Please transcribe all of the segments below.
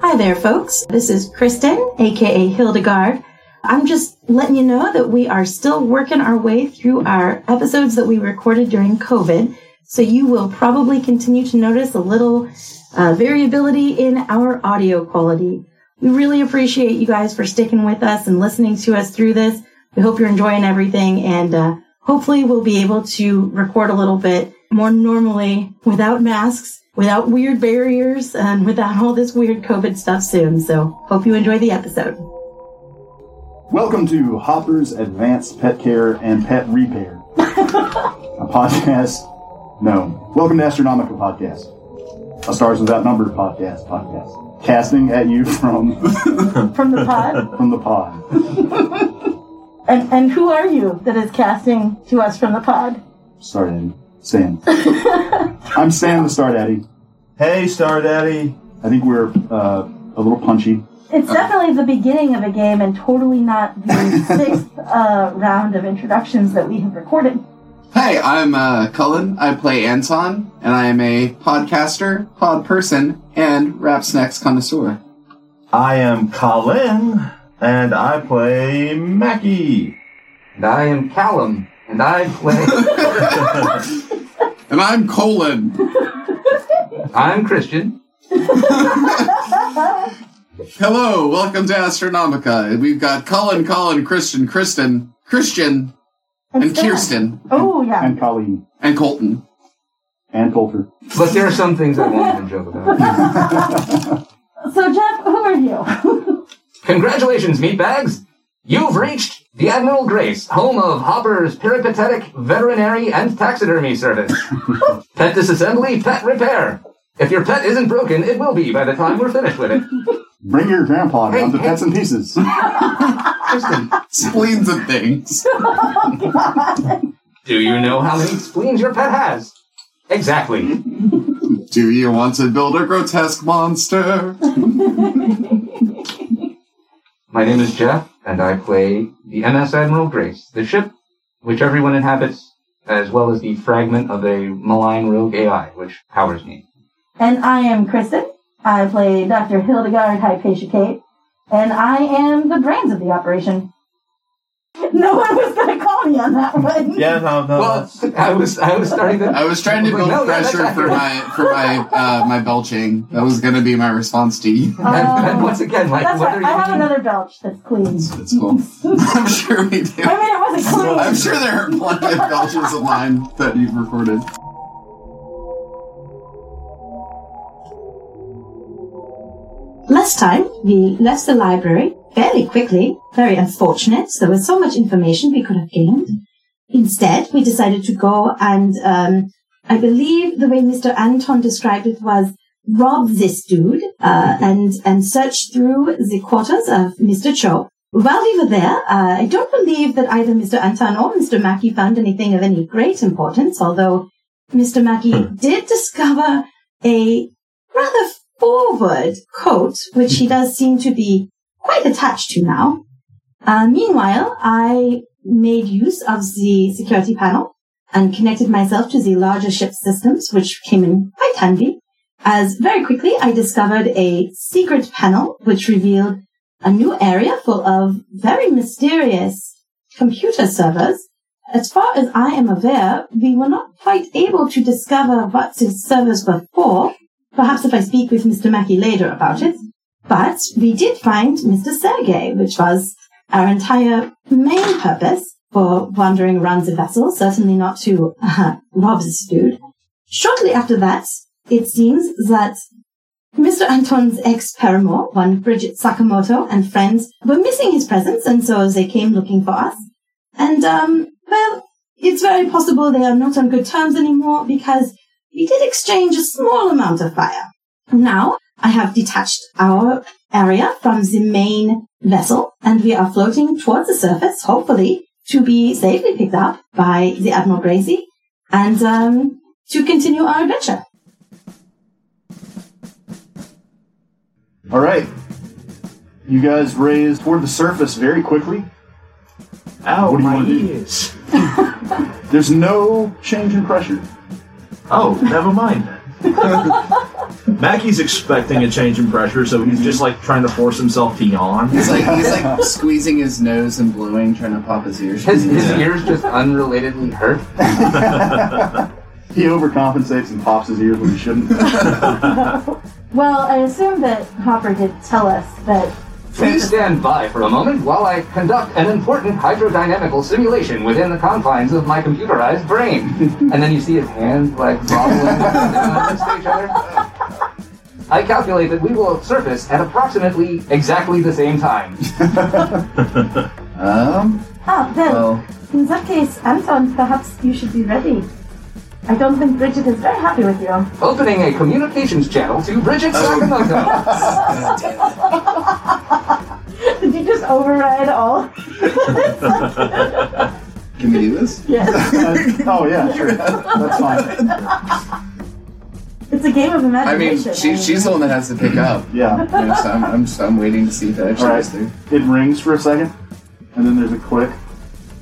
Hi there, folks. This is Kristen, aka Hildegard. I'm just letting you know that we are still working our way through our episodes that we recorded during COVID. So you will probably continue to notice a little uh, variability in our audio quality. We really appreciate you guys for sticking with us and listening to us through this. We hope you're enjoying everything and uh, hopefully we'll be able to record a little bit more normally without masks, without weird barriers, and without all this weird COVID stuff soon. So hope you enjoy the episode. Welcome to Hopper's Advanced Pet Care and Pet Repair, a podcast. No, welcome to Astronomical Podcast, a Stars Without Number podcast. Podcast casting at you from From the pod. from the pod. and, and who are you that is casting to us from the pod? Star Daddy, Stan. I'm Stan the Star Daddy. Hey, Star Daddy. I think we're uh, a little punchy. It's definitely the beginning of a game and totally not the sixth uh, round of introductions that we have recorded. Hi, I'm uh, Cullen. I play Anton, and I am a podcaster, pod person, and rap snacks connoisseur. I am Colin, and I play Mackie. And I am Callum, and I play. And I'm Colin. I'm Christian. Hello, welcome to Astronomica. We've got Colin, Colin, Christian, Kristen, Christian, and Stan. Kirsten, Oh, yeah. And Colleen. and Colton. And Coulter. But there are some things I won't even joke about. So, Jeff, who are you? Congratulations, meatbags! You've reached the Admiral Grace, home of Hopper's peripatetic veterinary and taxidermy service. pet disassembly, pet repair. If your pet isn't broken, it will be by the time we're finished with it. Bring your grandpa down Hey, to hey. Pets and Pieces. Kristen, Spleens and things. do you know how many spleens your pet has? Exactly. Do you want to build a grotesque monster? My name is Jeff, and I play the MS Admiral Grace, the ship which everyone inhabits, as well as the fragment of a malign rogue AI which powers me. and I am Kristen. I play Dr. Hildegard Hypatia Kate, and I am the brains of the operation. No one was going to call me on that one. Yeah, no, no. Well, that's- I was I was starting to. I was trying to build No, yeah, that's pressure for accurate. my for my uh, my belching. That was gonna be my response to you. And, and Um, once again, like that's right. whether you I have mean- another belch that's clean. It's cool. I'm sure we do. I mean, it wasn't clean. I'm sure there are plenty of belches of mine that you've recorded. Last time, we left the library fairly quickly. Very unfortunate. There was so much information we could have gained. Instead, we decided to go and, um, I believe the way Mr. Anton described it was rob this dude, uh, and, and search through the quarters of Mr. Cho. While we were there, uh, I don't believe that either Mr. Anton or Mr. Mackey found anything of any great importance, although Mr. Mackey did discover a rather forward coat, which he does seem to be quite attached to now. Uh, meanwhile, I made use of the security panel and connected myself to the larger ship systems, which came in quite handy, as very quickly I discovered a secret panel, which revealed a new area full of very mysterious computer servers. As far as I am aware, we were not quite able to discover what the servers were for, Perhaps if I speak with Mr. Mackey later about it. But we did find Mr. Sergey, which was our entire main purpose for wandering around the vessel, certainly not to uh, rob this dude. Shortly after that, it seems that Mr. Anton's ex-paramour, one Bridget Sakamoto and friends, were missing his presence, and so they came looking for us. And, um, well, it's very possible they are not on good terms anymore because we did exchange a small amount of fire. Now I have detached our area from the main vessel and we are floating towards the surface, hopefully to be safely picked up by the Admiral Gracie and um, to continue our adventure. All right. You guys raise toward the surface very quickly. Ow, what do you my wanna do? ears. There's no change in pressure. Oh, never mind. Mackey's expecting a change in pressure, so he's just like trying to force himself to yawn. He's like he's like squeezing his nose and blowing, trying to pop his ears. His, his ears just unrelatedly hurt. He overcompensates and pops his ears when he shouldn't. Well, I assume that Hopper did tell us that. Please stand by for a moment while I conduct an important hydrodynamical simulation within the confines of my computerized brain. and then you see his hands like wobbling next to each other. I calculate that we will surface at approximately exactly the same time. Um, Ah, then, well, in that case, Anton, perhaps you should be ready. I don't think Bridget is very happy with you. Opening a communications channel to Bridget Sakamoto. Did you just override all? can we do this? yes. oh yeah, sure. That's fine. It's a game of I mean, imagination. she, she's the one that has to pick up. Yeah. You know, so I'm, I'm, so I'm waiting to see if that actually All right. goes through. It rings for a second, and then there's a click.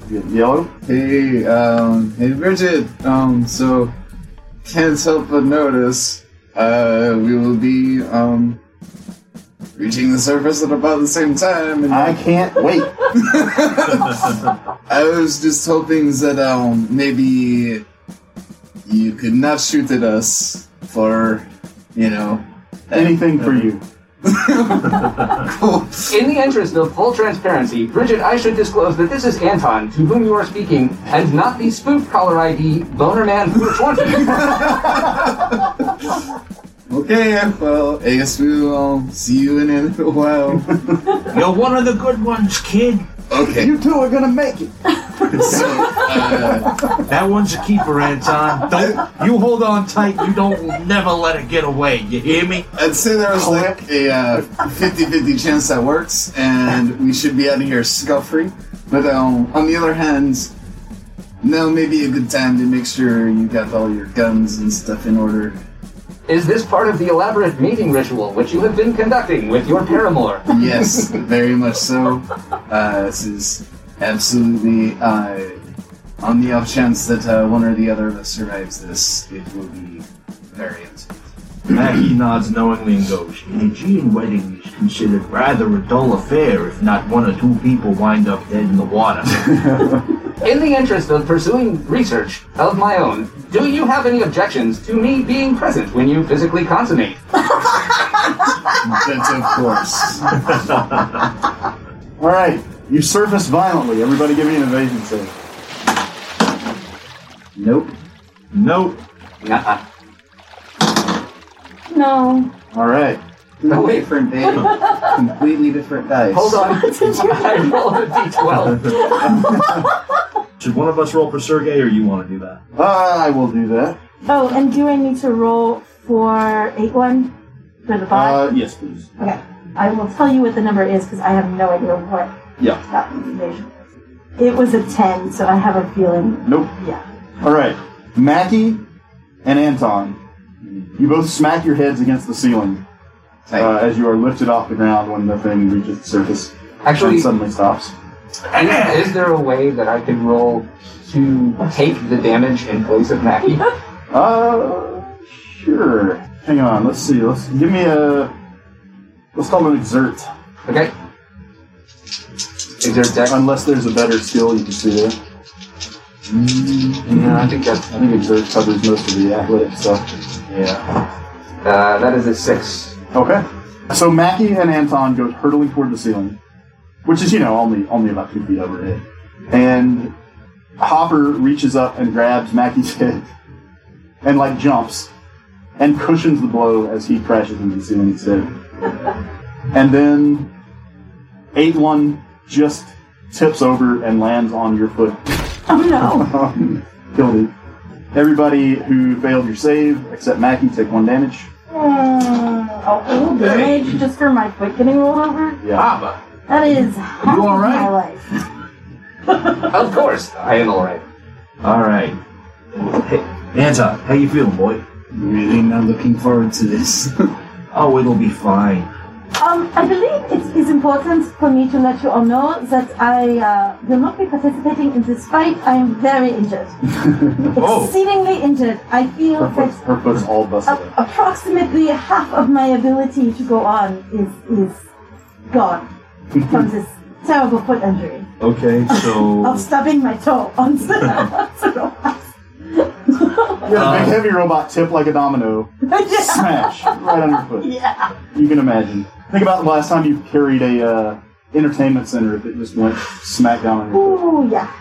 You get Yellow. Hey, um, hey Bridget. Um, so can't help but notice, uh, we will be um reaching the surface at about the same time. And I, I can't wait. was just hoping that um maybe you could not shoot at us for, you know, Anything for you. cool. In the interest of full transparency, Bridget, I should disclose that this is Anton, to whom you are speaking, and not the spoofed caller ID Bonerman 420. Okay, well, I guess we will um, see you in a little while. You're one of the good ones, kid. Okay, You two are gonna make it. so uh, That one's a keeper, Anton. Don't you hold on tight. You don't never let it get away. You hear me? I'd say there was like a uh, 50-50 chance that works, and we should be out of here scot-free. But um, on the other hand, now may be a good time to make sure you got all your guns and stuff in order. is this part of the elaborate mating ritual which you have been conducting with your paramour? Yes, very much so. Uh, this is absolutely uh, on the off chance that uh, one or the other of us survives this, it will be very intimate. Mackey nods knowingly and goes, An Aegean wedding is considered rather a dull affair if not one or two people wind up dead in the water. In the interest of pursuing research of my own, do you have any objections to me being present when you physically consummate? But of course. All right. You surface violently. Everybody, give me an evasion save. Nope. nope. Nuh-uh. no. All right. Wait. different day. Completely different dice. Hold on. I rolled a d12. Should one of us roll for Sergey or you want to do that? Uh, I will do that. Oh, and do I need to roll for eight one for the bot? Uh, yes, please. okay. I will tell you what the number is because I have no idea what Yeah. that information. is. It was a ten, so I have a feeling. Nope. Yeah. All right. Mackie and Anton, you both smack your heads against the ceiling uh, as you are lifted off the ground when the thing reaches the surface Actually, and is, suddenly stops. is there a way that I could roll to take the damage in place of Mackie? Uh, sure. Hang on. Let's see. Let's give me a. Let's call it an exert, Okay. Is there a deck? unless there's a better skill you can see there. Mm, No, I think that's I think exert covers most of the athletic stuff. yeah. Uh, that is a six. Okay. So Mackie and Anton go hurtling toward the ceiling, which is you know only only about two feet overhead, and Hopper reaches up and grabs Mackie's head, and like jumps, and cushions the blow as he crashes into the ceiling instead. And then eight one just tips over and lands on your foot. Oh, Oh no. Killed it. Everybody who failed your save except Mackie take one damage. Hmm. Oh, a little damage just for my foot getting rolled over. Ah. Yeah. Abba. That is half all of right? my life. Of course, I am alright. All right. Hey, Anton, how you feeling, boy? Really not looking forward to this. Oh, it'll be fine. Um, I believe it is important for me to let you all know that I uh, will not be participating in this fight. I am very injured. Exceedingly injured. I feel Her foot's, that her foot's all busted. a- approximately half of my ability to go on is, is gone from this terrible foot injury Okay, of so stubbing my toe on the, on the rock. Yeah, big heavy robot tip like a domino. yeah. Smash right underfoot. yeah. You can imagine. Think about the last time you carried a uh, entertainment center that just went smack down on your foot. Ooh, yeah.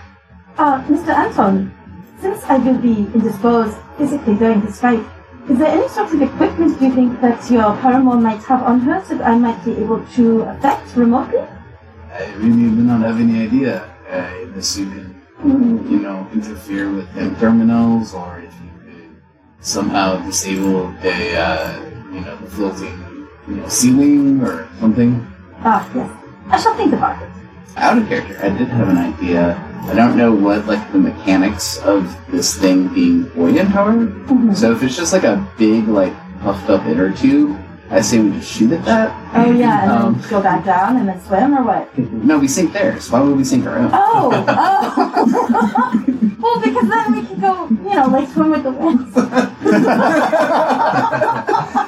Uh, Mr. Anton, since I will be indisposed physically during this fight, is there any sort of equipment you think that your paramour might have on her that I might be able to affect remotely? I really do not have any idea uh, unless you could, you know, interfere with the terminals or if you could somehow disable the, uh, you know, the floating, you know, ceiling or something. Ah, yes. I shall think about it. Out of character, I did have an idea. I don't know what, like, the mechanics of this thing being buoyant are. Mhm. So if it's just like a big, like, puffed up inner tube, I say we just shoot at that. Oh, yeah, and Um. then go back down and then swim or what? No, we sink theirs. Why would we sink our own? Oh, oh. well, because then we can go, you know, like swim with the wind.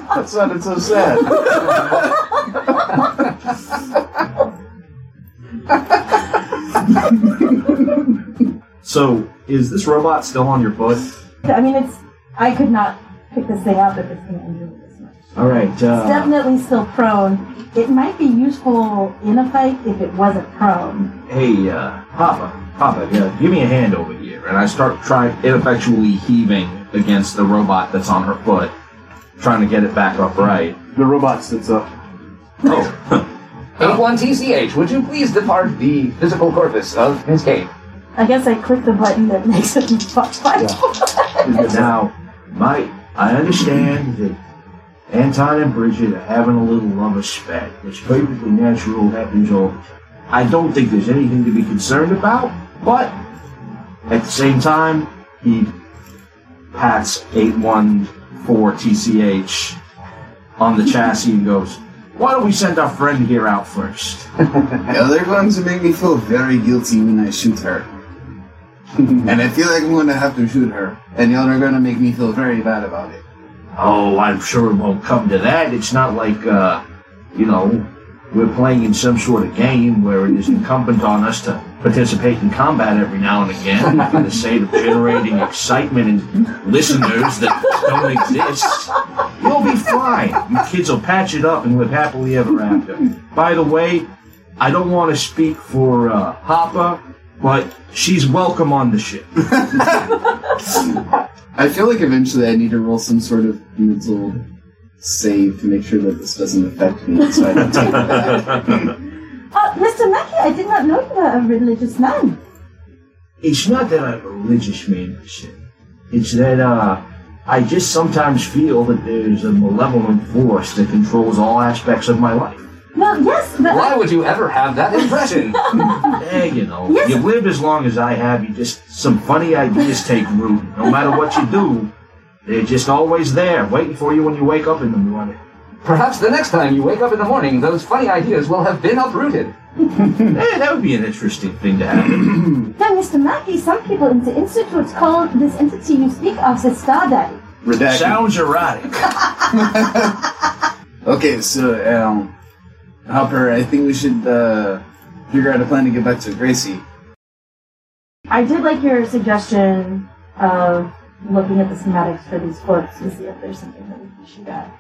That sounded so sad. so is this robot still on your foot? I mean, it's. I could not pick this thing up if it's going to injure me this much. All right. It's Uh, definitely still prone. It might be useful in a fight if it wasn't prone. hey, uh, Papa, Papa, yeah, give me a hand over here, and I start trying ineffectually heaving against the robot that's on her foot, trying to get it back upright. The robot sits up. Oh, 81TCH, would you please depart the physical corpus of Miss Kate? I guess I click the button that makes it fuck fight. now, Mike, I understand that Anton and Bridget are having a little lover spat. It's perfectly natural, happens all. the time. I don't think there's anything to be concerned about, but at the same time, he pats 814TCH on the chassis and goes, Why don't we send our friend here out first? Yeah, they're going to make me feel very guilty when I shoot her. and I feel like I'm going to have to shoot her. And y'all are going to make me feel very bad about it. Oh, I'm sure it won't come to that. It's not like, uh, you know, we're playing in some sort of game where it is incumbent on us to participate in combat every now and again for the sake of generating excitement in listeners that don't exist. You'll be fine. You kids will patch it up and live happily ever after. By the way, I don't want to speak for uh, Hopper, but she's welcome on the ship. I feel like eventually I need to roll some sort of mental save to make sure that this doesn't affect me. So I don't take it back. Uh, Mr. Mackey, I did not know you were a religious man. It's not that I'm a religious man, I said. It's that uh, I just sometimes feel that there's a malevolent force that controls all aspects of my life. Well, yes, but Why would you ever have that impression? Eh, you know, Yes. you've lived as long as I have. You just some funny ideas take root. No matter what you do, they're just always there, waiting for you when you wake up in the morning. Perhaps the next time you wake up in the morning, those funny ideas will have been uprooted. Eh, that would be an interesting thing to happen. then, Mr. Mackey, some people in the Institute call this entity you speak of the Star Daddy. Redacted. Sounds erotic. Okay, so, um, Hopper, I think we should uh, figure out a plan to get back to Gracie. I did like your suggestion of looking at the schematics for these books to see if there's something that we should add.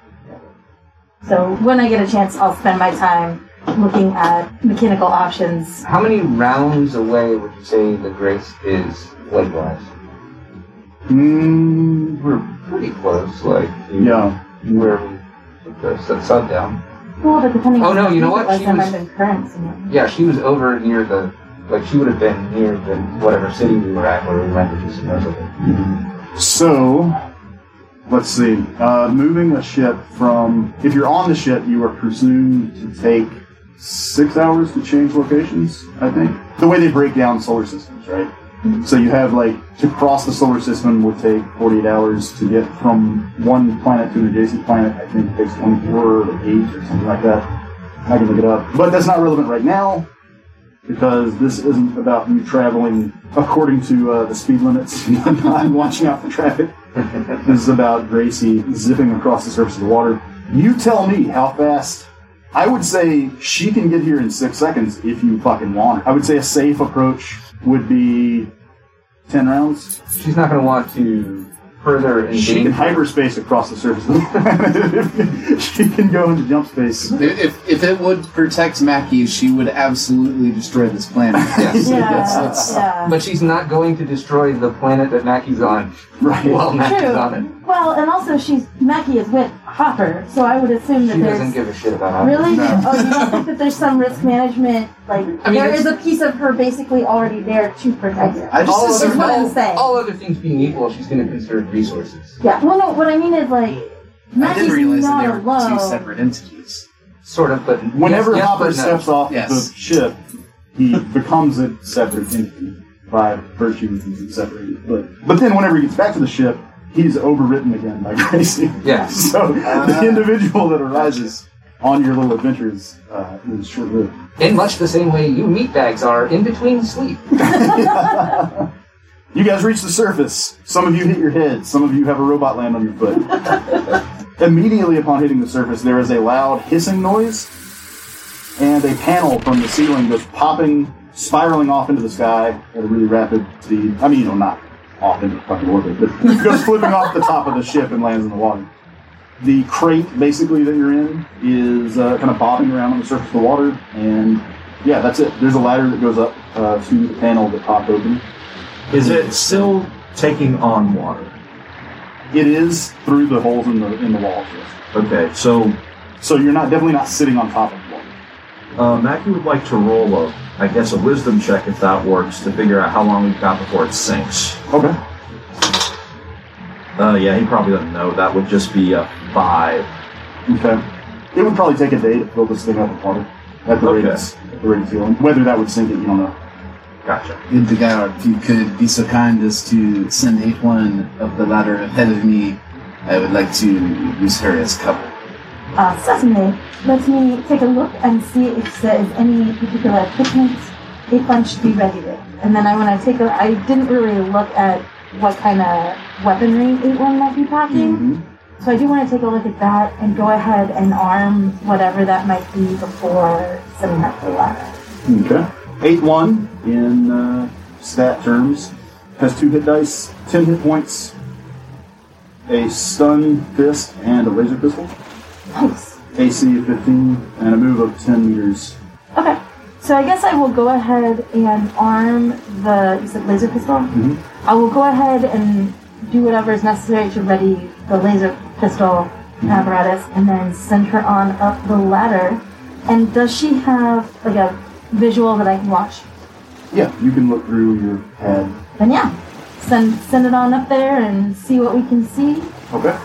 So when I get a chance, I'll spend my time looking at mechanical options. How many rounds away would you say the grace is weight wise? Mm, We're pretty close, like you- yeah. where we took the sun sun down. Well, but depending Oh, on no, how you know deep what? It was, She there might was- have been currents in it. Yeah, she was over near the like she would have been near the whatever city we were at where we rented this supposedly. So, let's see. Uh, moving a ship from. If you're on the ship, you are presumed to take six hours to change locations, I think. The way they break down solar systems, right? So you have, like, to cross the solar system would take 48 hours to get from one planet to an adjacent planet. I think it takes 24 or 8 or something like that. I can look it up. But that's not relevant right now because this isn't about you traveling according to uh, the speed limits and not watching out for traffic. this is about Gracie zipping across the surface of the water. You tell me how fast. I would say she can get here in six seconds if you fucking want her. I would say a safe approach would be 10 rounds. She's not going to want to further engage. She can hyperspace across the surface of the planet. she can go into jump space. If, if it would protect Mackie, she would absolutely destroy this planet. Yes. Yeah, That's- yeah. But she's not going to destroy the planet that Mackie's on Right. while Mackie's on it. True. Well, and also she's Mackie is with Hopper, so I would assume that She doesn't there's give a shit about it. really. No. Oh, you don't think that there's some risk management? I Like mean, there it's- is a piece of her basically already there to protect it. I just All assume other, what I'm all, saying. all other things being equal, she's going to conserve resources. Yeah. Well, no. What I mean is like I Mackie's didn't realize that not they were alone. two separate entities. Sort of, but Whenever yes, yes, Hopper but no. steps off Yes. the ship, he becomes a separate entity by virtue of being separated. But, but then whenever he gets back to the ship, he's overwritten again by Gracie. Yes. So Ah. the individual that arises on your little adventures uh, is short lived. In much the same way you meatbags are in between sleep. You guys reach the surface. Some of you hit your head. Some of you have a robot land on your foot. Immediately upon hitting the surface, there is a loud hissing noise, and a panel from the ceiling goes popping, spiraling off into the sky at a really rapid speed. I mean, you know, not off into fucking orbit, but it goes flipping off the top of the ship and lands in the water. The crate, basically, that you're in is uh, kind of bobbing around on the surface of the water, and yeah, that's it. There's a ladder that goes up uh, to the panel that popped open. Is it still taking on water? It is through the holes in the in the wall. yes. Okay, so So you're not definitely not sitting on top of the wall. uh, Mackie would like to roll a, I guess, a wisdom check if that works to figure out how long we've got before it sinks. Okay. Uh, yeah, he probably doesn't know. That would just be a five. Okay. It would probably take a day to fill this thing up with water at the rate Okay. it's at the rate it's going. Whether that would sink it, you don't know. Gotcha. Hildegard, if you could be so kind as to send each one up the ladder ahead of me, I would like to use her as cover. Uh, certainly. Let me take a look and see if there is any particular equipment the fund should be ready with. And then I want to take a. I didn't really look at what kind of weaponry eight one might be packing, so I do want to take a look at that and go ahead and arm whatever that might be before sending up the ladder. Okay. Eight one in uh, stat terms has two hit dice, ten hit points, a stun fist, and a laser pistol. Nice. AC of fifteen and a move of ten meters. Okay. So I guess I will go ahead and arm the you said laser pistol. Mhm. I will go ahead and do whatever is necessary to ready the laser pistol apparatus, and then send her on up the ladder. And does she have like a visual that I can watch? Yeah, you can look through your head. Then yeah, send send it on up there and see what we can see. Okay.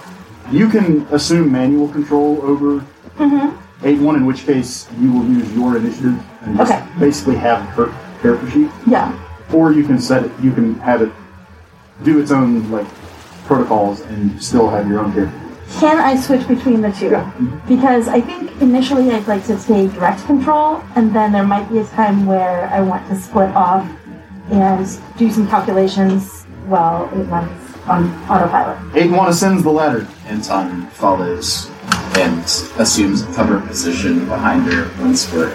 You can assume manual control over Mm-hmm. 8 1, in which case you will use your initiative and just Okay. basically have her character sheet. Yeah. Or you can set it, you can have it do its own like protocols and still have your own character. Can I switch between the two? Because I think initially I'd like to stay direct control, and then there might be a time where I want to split off and do some calculations while it runs on autopilot. 8 1 ascends the ladder. Anton follows and assumes a cover position behind her once we're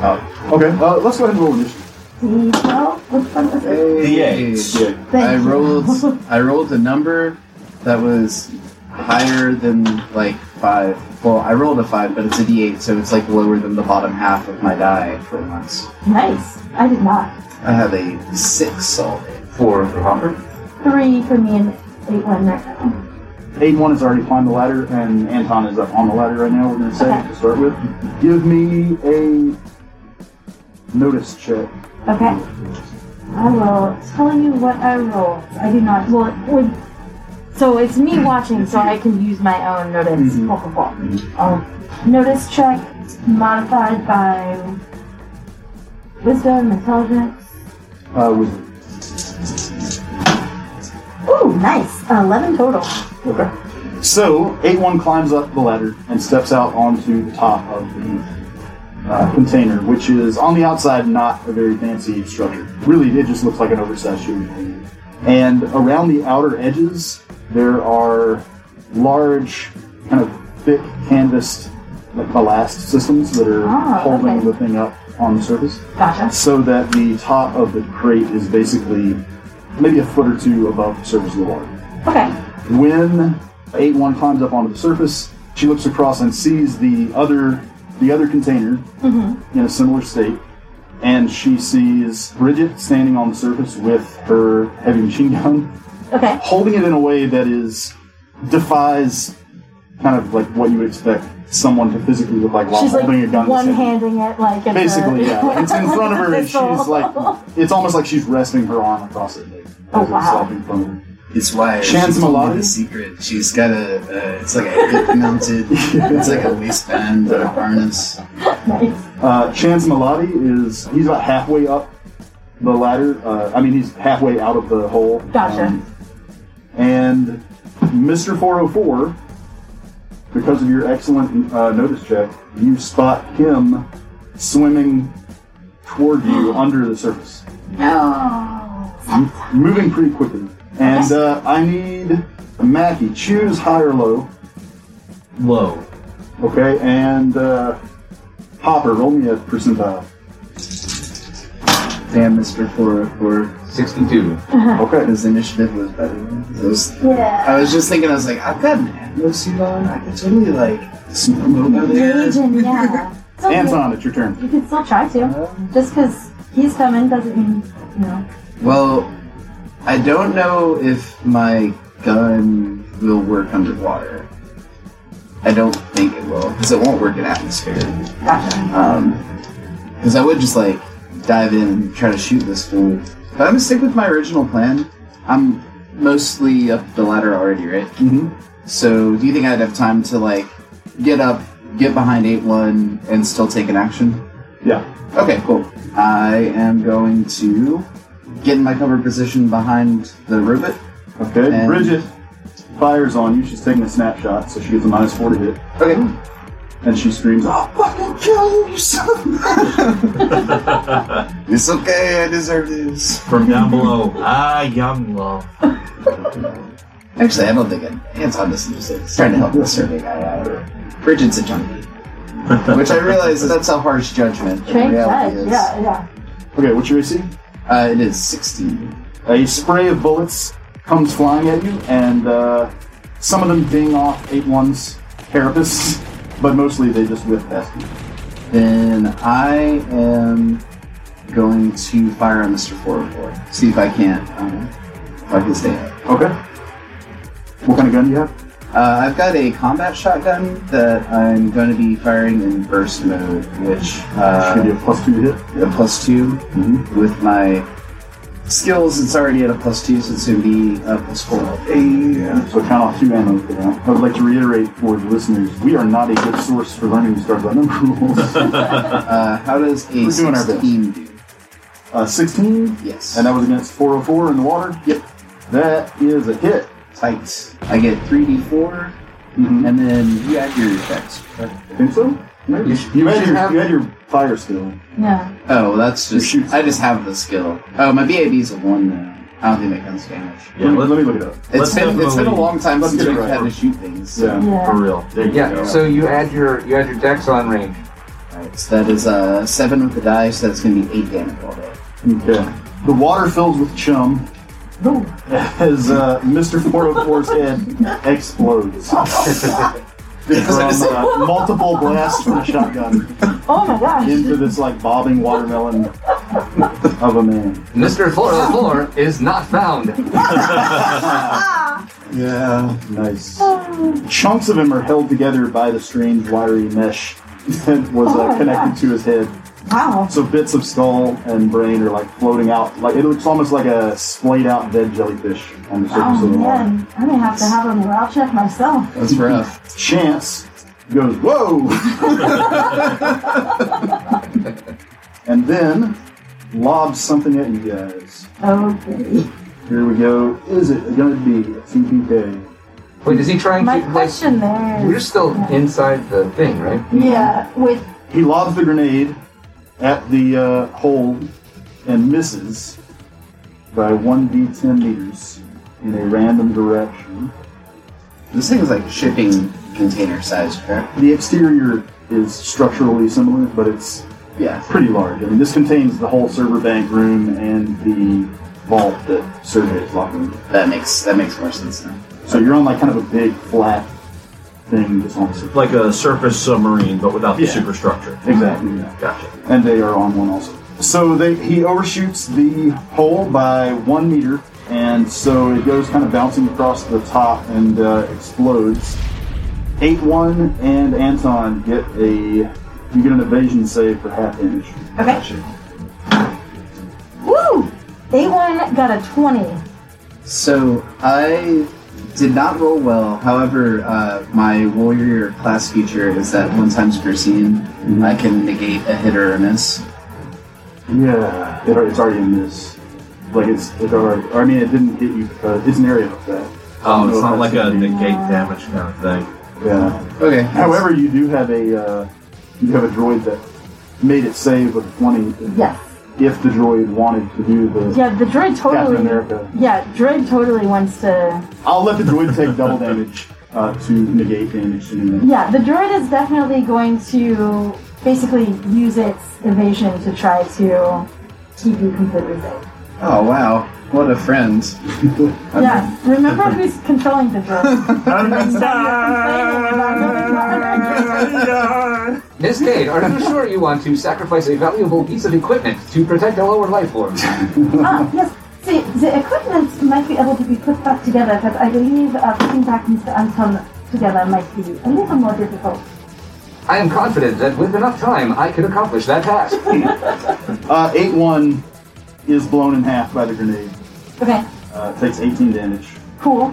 up. Okay, uh, let's go ahead and roll initiative. D12? Which one was it? Hey. I Thank you. rolled I rolled a number that was higher than like five. Well, I rolled a five, but it's a D eight, so it's like lower than the bottom half of my die for once. Nice. I did not. I have a six solid. Four for Hopper. Three for me and eight one right now. 8 1 has already climbed the ladder, and Anton is up on the ladder right now, we're going to say, Okay. to start with. Give me a notice check. Okay. I will tell you what I rolled. I do not. Well, it would. So it's me watching, so I can use my own notice. Blah, blah, blah. Um, notice check modified by wisdom, intelligence. Uh, with Ooh, nice. 11 total. Okay. So, 8 1 climbs up the ladder and steps out onto the top of the uh, container, which is on the outside not a very fancy structure. Really, it just looks like an oversized shipping container. And around the outer edges, there are large, kind of thick canvas like ballast systems that are Ah, holding okay. the thing up on the surface, Gotcha. so that the top of the crate is basically maybe a foot or two above the surface of the water. Okay. When 8-1 climbs up onto the surface, she looks across and sees the other the other container Mm-hmm. in a similar state, and she sees Bridget standing on the surface with her heavy machine gun, Okay. holding it in a way that is defies kind of like what you would expect someone to physically look like while She's holding a gun. like that's one heavy. handing it like it's Basically, a, yeah. It's in front of her, and she's Pistol. like, it's almost like she's resting her arm across it. Like, Oh, as it's wow. up in front of her. It's why she Chance told me Malati? the secret. She's got a. Uh, it's like a hip mounted. It's like a waistband or a harness. Nice. Uh, Chance Malati is he's about halfway up the ladder. Uh, I mean, he's halfway out of the hole. Um, Gotcha. and Mr. 404, because of your excellent uh, notice check, you spot him swimming toward you under the surface, No. m- moving pretty quickly. And uh, I need Mackie. Choose high or low. Low. Okay, and uh, Hopper, roll me a percentile. Damn, Mr. 404. 62. Okay. His initiative was better than those. Yeah. I was just thinking, I was like, I've got an Atmos suit on. I could totally, like, swim over Engage there. and yeah. It's okay. Anton, it's your turn. You can still try to. Just because he's coming doesn't mean you know. Well, I don't know if my gun will work underwater. I don't think it will, because it won't work in atmosphere. Gotcha. Because Um, I would just like dive in and try to shoot this fool. But I'm gonna stick with my original plan. I'm mostly up the ladder already, right? Mhm. So do you think I'd have time to like get up, get behind eight one, and still take an action? Yeah. Okay, cool. I am going to get in my cover position behind the robot. Okay, And- Bridget fires on you. She's taking a snapshot, so she gets a minus four to hit, Okay. and she screams, "Ah!" "I'll fucking kill you!" son!" It's okay. I deserve this. From down below. Ah, young love. Actually, I don't think it. Anton doesn't just it's trying to help the survey guy out. Bridget's a junkie. Which I realize that's a harsh judgment. but the Trained reality judge. is- Yeah, yeah. Okay, what's your AC? Uh, it is 16. A spray of bullets comes flying at you, and uh, some of them ding off eight one's carapace, but mostly they just whip past you. Then I am going to fire on Mr. 404. See if I can't. Um, if I can stay up. Okay. What kind of gun do you have? Uh, I've got a combat shotgun that I'm going to be firing in burst mode, which Uh, Should uh, be a plus two to hit. a plus 2 with my skills. It's already at a plus two, so it's going to be a plus four. Yeah. So count off two ammo for that. I would like to reiterate for the listeners, we are not a good source for learning these Star Number rules. Uh, how does a We're doing our best. 16 do? uh, Sixteen. Yes. And that was against 404 in the water? Yep. That is a hit. tight. I get 3d4, Mm-hmm. and then you add your effects. think so? Maybe. You, had your, you had your fire skill. Yeah. Oh, well, that's You just. shoot. I just have the skill. Oh, my BAB's a 1 now. I don't think that counts damage. Yeah, let, me, let, let me look it up. It's Let's been, it's been a definitely- long time let's since get it we've right. had to shoot things. so- Yeah. for Yeah. real. There you Yeah, go. so you add your you add your dex on range. Alright, so that is uh, 7 with the die, so that's going to be 8 damage all day. Okay. The water fills with chum Ooh. as uh, Mr. 404's head explodes. from uh, multiple blasts from a shotgun Oh my gosh. into this like bobbing watermelon of a man. Mr. 404 is not found. Yeah. Nice. Chunks of him are held together by the strange wiry mesh that was uh, connected to his head. Wow. So bits of skull and brain are like floating out. Like it looks almost like a splayed out dead jellyfish on the surface Oh of the water. man, I may have to have a morale check myself. That's rough. Chance goes, whoa! and then lobs something at you guys. Okay. Here we go. Is it going to be a TPK? Wait, is he trying My to like question there we're is, still inside the thing, right? yeah, with He lobs the grenade at the uh, hole and misses by 1d10 meters in a random direction. This thing is like shipping container size, correct? The exterior is structurally similar, but it's Yeah. pretty large. I mean, this contains the whole server bank room and the vault that Sergey is locking. into. That makes that makes more sense now. So you're on like kind of a big flat thing that's on the surface. Like a surface submarine, but without the Yeah. superstructure. Exactly. Yeah. Gotcha. and they are on one also. So they, he overshoots the hole by one meter, and so it goes kind of bouncing across the top and uh, explodes. Eight one and Anton get a you get an evasion save for half damage. Okay. Woo! Day one got a 20. So I did not roll well. However, uh, my warrior class feature is that one times per scene, I can negate a hit or a miss. Yeah, it, al- it's already in this. Like it's it already. I mean, it didn't hit you because it's an area of that. Oh, it's not like a That's- negate damage kind of thing. Yeah. Okay. However, you do have a uh, you have a droid that made it save with twenty. Yes. if the droid wanted to do the Yeah, the droid Captain totally. America. Yeah, droid totally wants to. I'll let the droid take double damage uh, to negate damage to do that. Yeah, the droid is definitely going to basically use its evasion to try to keep you completely safe. oh wow, what a friend! Yeah, remember who's controlling the droid. Miss Cade, are you sure you want to sacrifice a valuable piece of equipment to protect a lower life form? ah, yes. See, the equipment might be able to be put back together, but I believe uh, putting back Mr. Anton together might be a little more difficult. I am confident that with enough time, I could accomplish that task. Uh, 8 1 is blown in half by the grenade. Okay, Uh, takes 18 damage. cool.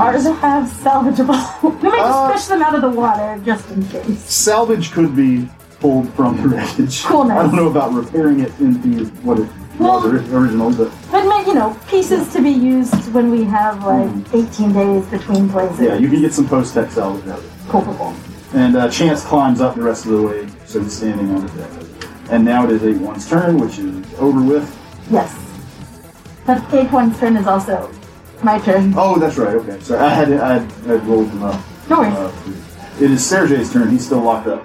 Ours have salvageable. we might just Uh, fish them out of the water just in case. Salvage could be pulled from the wreckage. Cool, nice. I don't know about repairing it into what it was Well- ori- original, but But ma- you know, pieces to be used when we have like 18 days between places. yeah, you can get some post tech salvage out of it. cool, cool, cool. And uh, Chance climbs up the rest of the way, so he's standing on the deck. And now it is 8 1's turn, which is over with. Yes. But eight one's turn is also my turn. Oh, that's right, okay. Sorry, I had, I had, I had rolled him up. No worries. Uh, it is Sergey's turn. He's still locked up.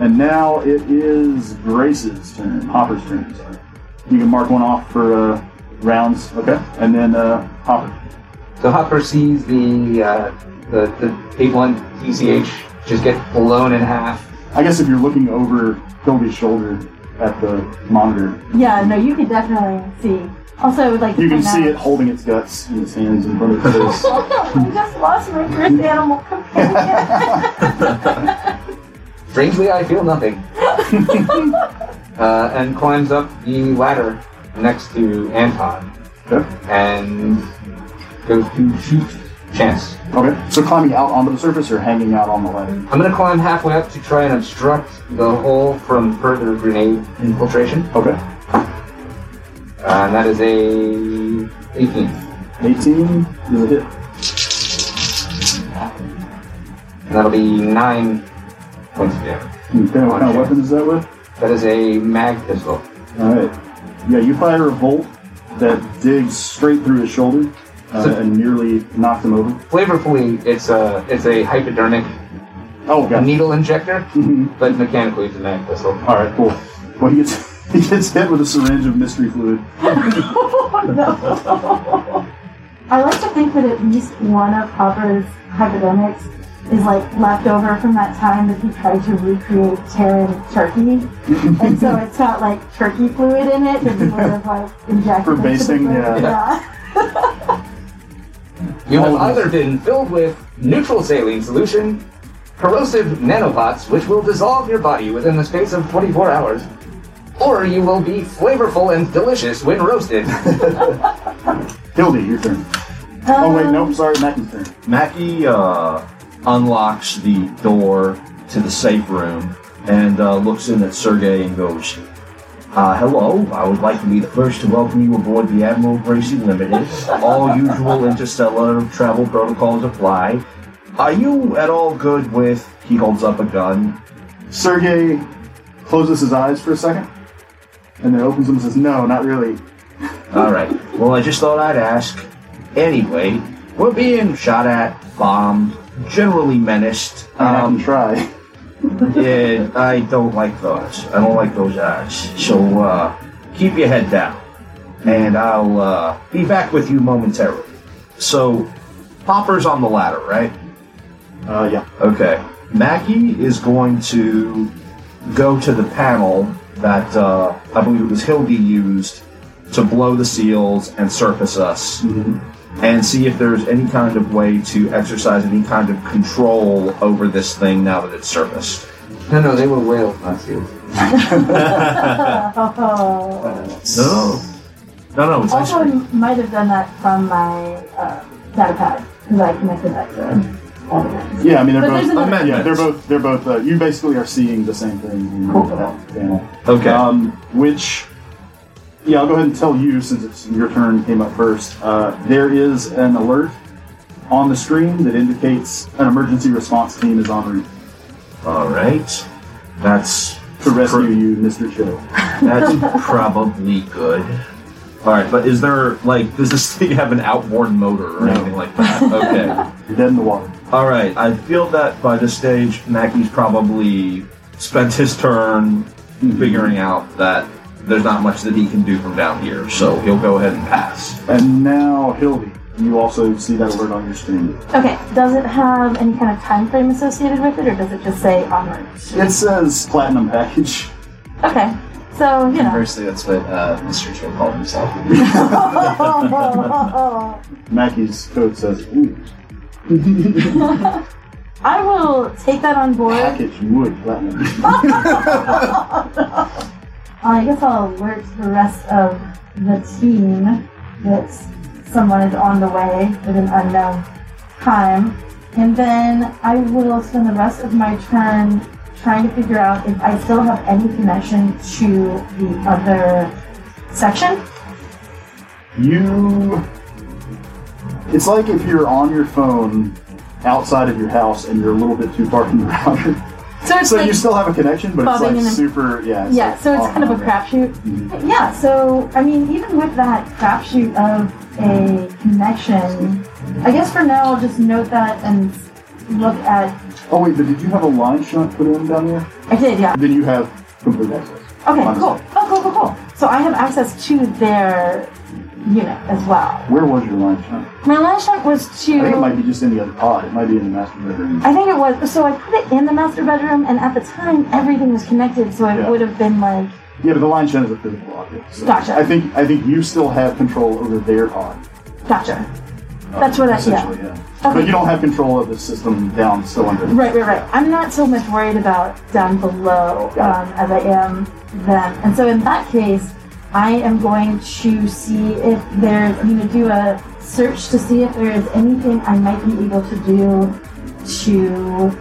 And now it is Grace's turn. Hopper's turn. Sorry. You can mark one off for uh, rounds. Okay. And then uh, Hopper. So Hopper sees the uh, the the eight one TCH just get blown in half. I guess if you're looking over Kobe's shoulder at the monitor, yeah, no, you can definitely see. Also, I would like to you can point see it out- holding its guts in its hands in front of its face. I just lost my first animal companion. Strangely, I feel nothing. uh, and climbs up the ladder next to Anton Okay. and goes to shoot Chance. Okay. So climbing out onto the surface or hanging out on the ladder. I'm gonna climb halfway up to try and obstruct the hole from further grenade infiltration, Okay. uh, and that is a 18. 18 is a hit. And that'll be nine points of damage. Okay. What kind of weapon is that with? That is a mag pistol. Alright. Yeah, you fire a bolt that digs straight through his shoulder uh, So- and nearly knocks him over. Flavorfully, it's a it's a hypodermic Oh, god. needle injector, Mhm. but mechanically it's a mag pistol. Alright, cool. Well, he gets, he gets hit with a syringe of mystery fluid. I like to think that at least one of Hopper's hypodermics is like left over from that time that he tried to recreate Terran turkey. and so it's got like turkey fluid in it that he would have like injected. For into the basting, fluid. yeah. You have Oh, nice. either been filled with neutral saline solution, corrosive nanopots which will dissolve your body within the space of 24 hours, or you will be flavorful and delicious when roasted. Hildy, your turn. Oh, wait, Um, nope, sorry, Mackie's turn. Mackie uh, unlocks the door to the safe room and uh, looks in at Sergey and goes, uh, hello, I would like to be the first to welcome you aboard the Admiral Gracie Limited. All usual interstellar travel protocols apply. Are you at all good with, he holds up a gun, Sergey closes his eyes for a second and then opens them and says, No, not really. All right. Well, I just thought I'd ask. Anyway, we're being shot at, bombed, generally menaced. I can Um, try. yeah, I don't like those. I don't like those odds. So uh, keep your head down, and I'll uh, be back with you momentarily. So, Hopper's on the ladder, right? Uh, yeah. Okay. Mackie is going to go to the panel that uh, I believe it was Hildy used to blow the seals and surface us and see if there's any kind of way to exercise any kind of control over this thing now that it's surfaced. No, no, they were whales, not seals. Oh. No. No, no, it's Also, I ice cream. might have done that from my uh, data pad because I connected that to. Everything. Yeah, I mean, they're But there's both. another- Yeah, they're both. They're both. Uh, you basically are seeing the same thing. Cool. Panel. Okay. Um, which, yeah, I'll go ahead and tell you since it's your turn came up first. Uh, there is an alert on the screen that indicates an emergency response team is en route All right. That's to rescue you, Mr. Chill. That's probably good. All right, but is there like does this thing have an outboard motor or No. anything like that? Okay. You're dead in the water. All right. I feel that by this stage, Mackie's probably spent his turn Mm-hmm. figuring out that there's not much that he can do from down here, so he'll go ahead and pass. And now, Hildy, you also see that alert on your screen. Okay, does it have any kind of time frame associated with it, or does it just say onward? It says platinum package. Okay, so you know. Conversely, that's what uh, Mr. Cho called himself. Mackie's code says, ooh, I will take that on board. Uh, package wood platinum. I guess I'll alert the rest of the team that someone is on the way with an unknown time. And then I will spend the rest of my turn trying to figure out if I still have any connection to the other section. You. It's like if you're on your phone outside of your house and you're a little bit too far from the router. So it's So like, you still have a connection, but it's bobbing like in and- super. Yeah. It's yeah, like so it's off kind of a and on. crapshoot. Mm-hmm. Yeah, so I mean, even with that crapshoot of a connection, I guess for now I'll just note that and look at. Oh wait, but did you have a line shot put in down there? I did, yeah. Then you have complete access. Okay, Honestly. cool. Oh, cool, cool, cool. So I have access to their unit as well. Where was your line shot? My last shot was to. I think it might be just in the other pod. It might be in the master bedroom. I think it was. So I put it in the master bedroom, and at the time everything was connected, so it Yeah. would have been like. Yeah, but the line shot is a physical object. so Gotcha. I think I think you still have control over their pod. Gotcha. That's what I. Oh, Essentially, Yeah. yeah. Okay. But you don't have control of the system down still under. Right, right, right. I'm not so much worried about down below um, as I am them. And so in that case, I am going to see if there's, I'm going to do a search to see if there is anything I might be able to do to.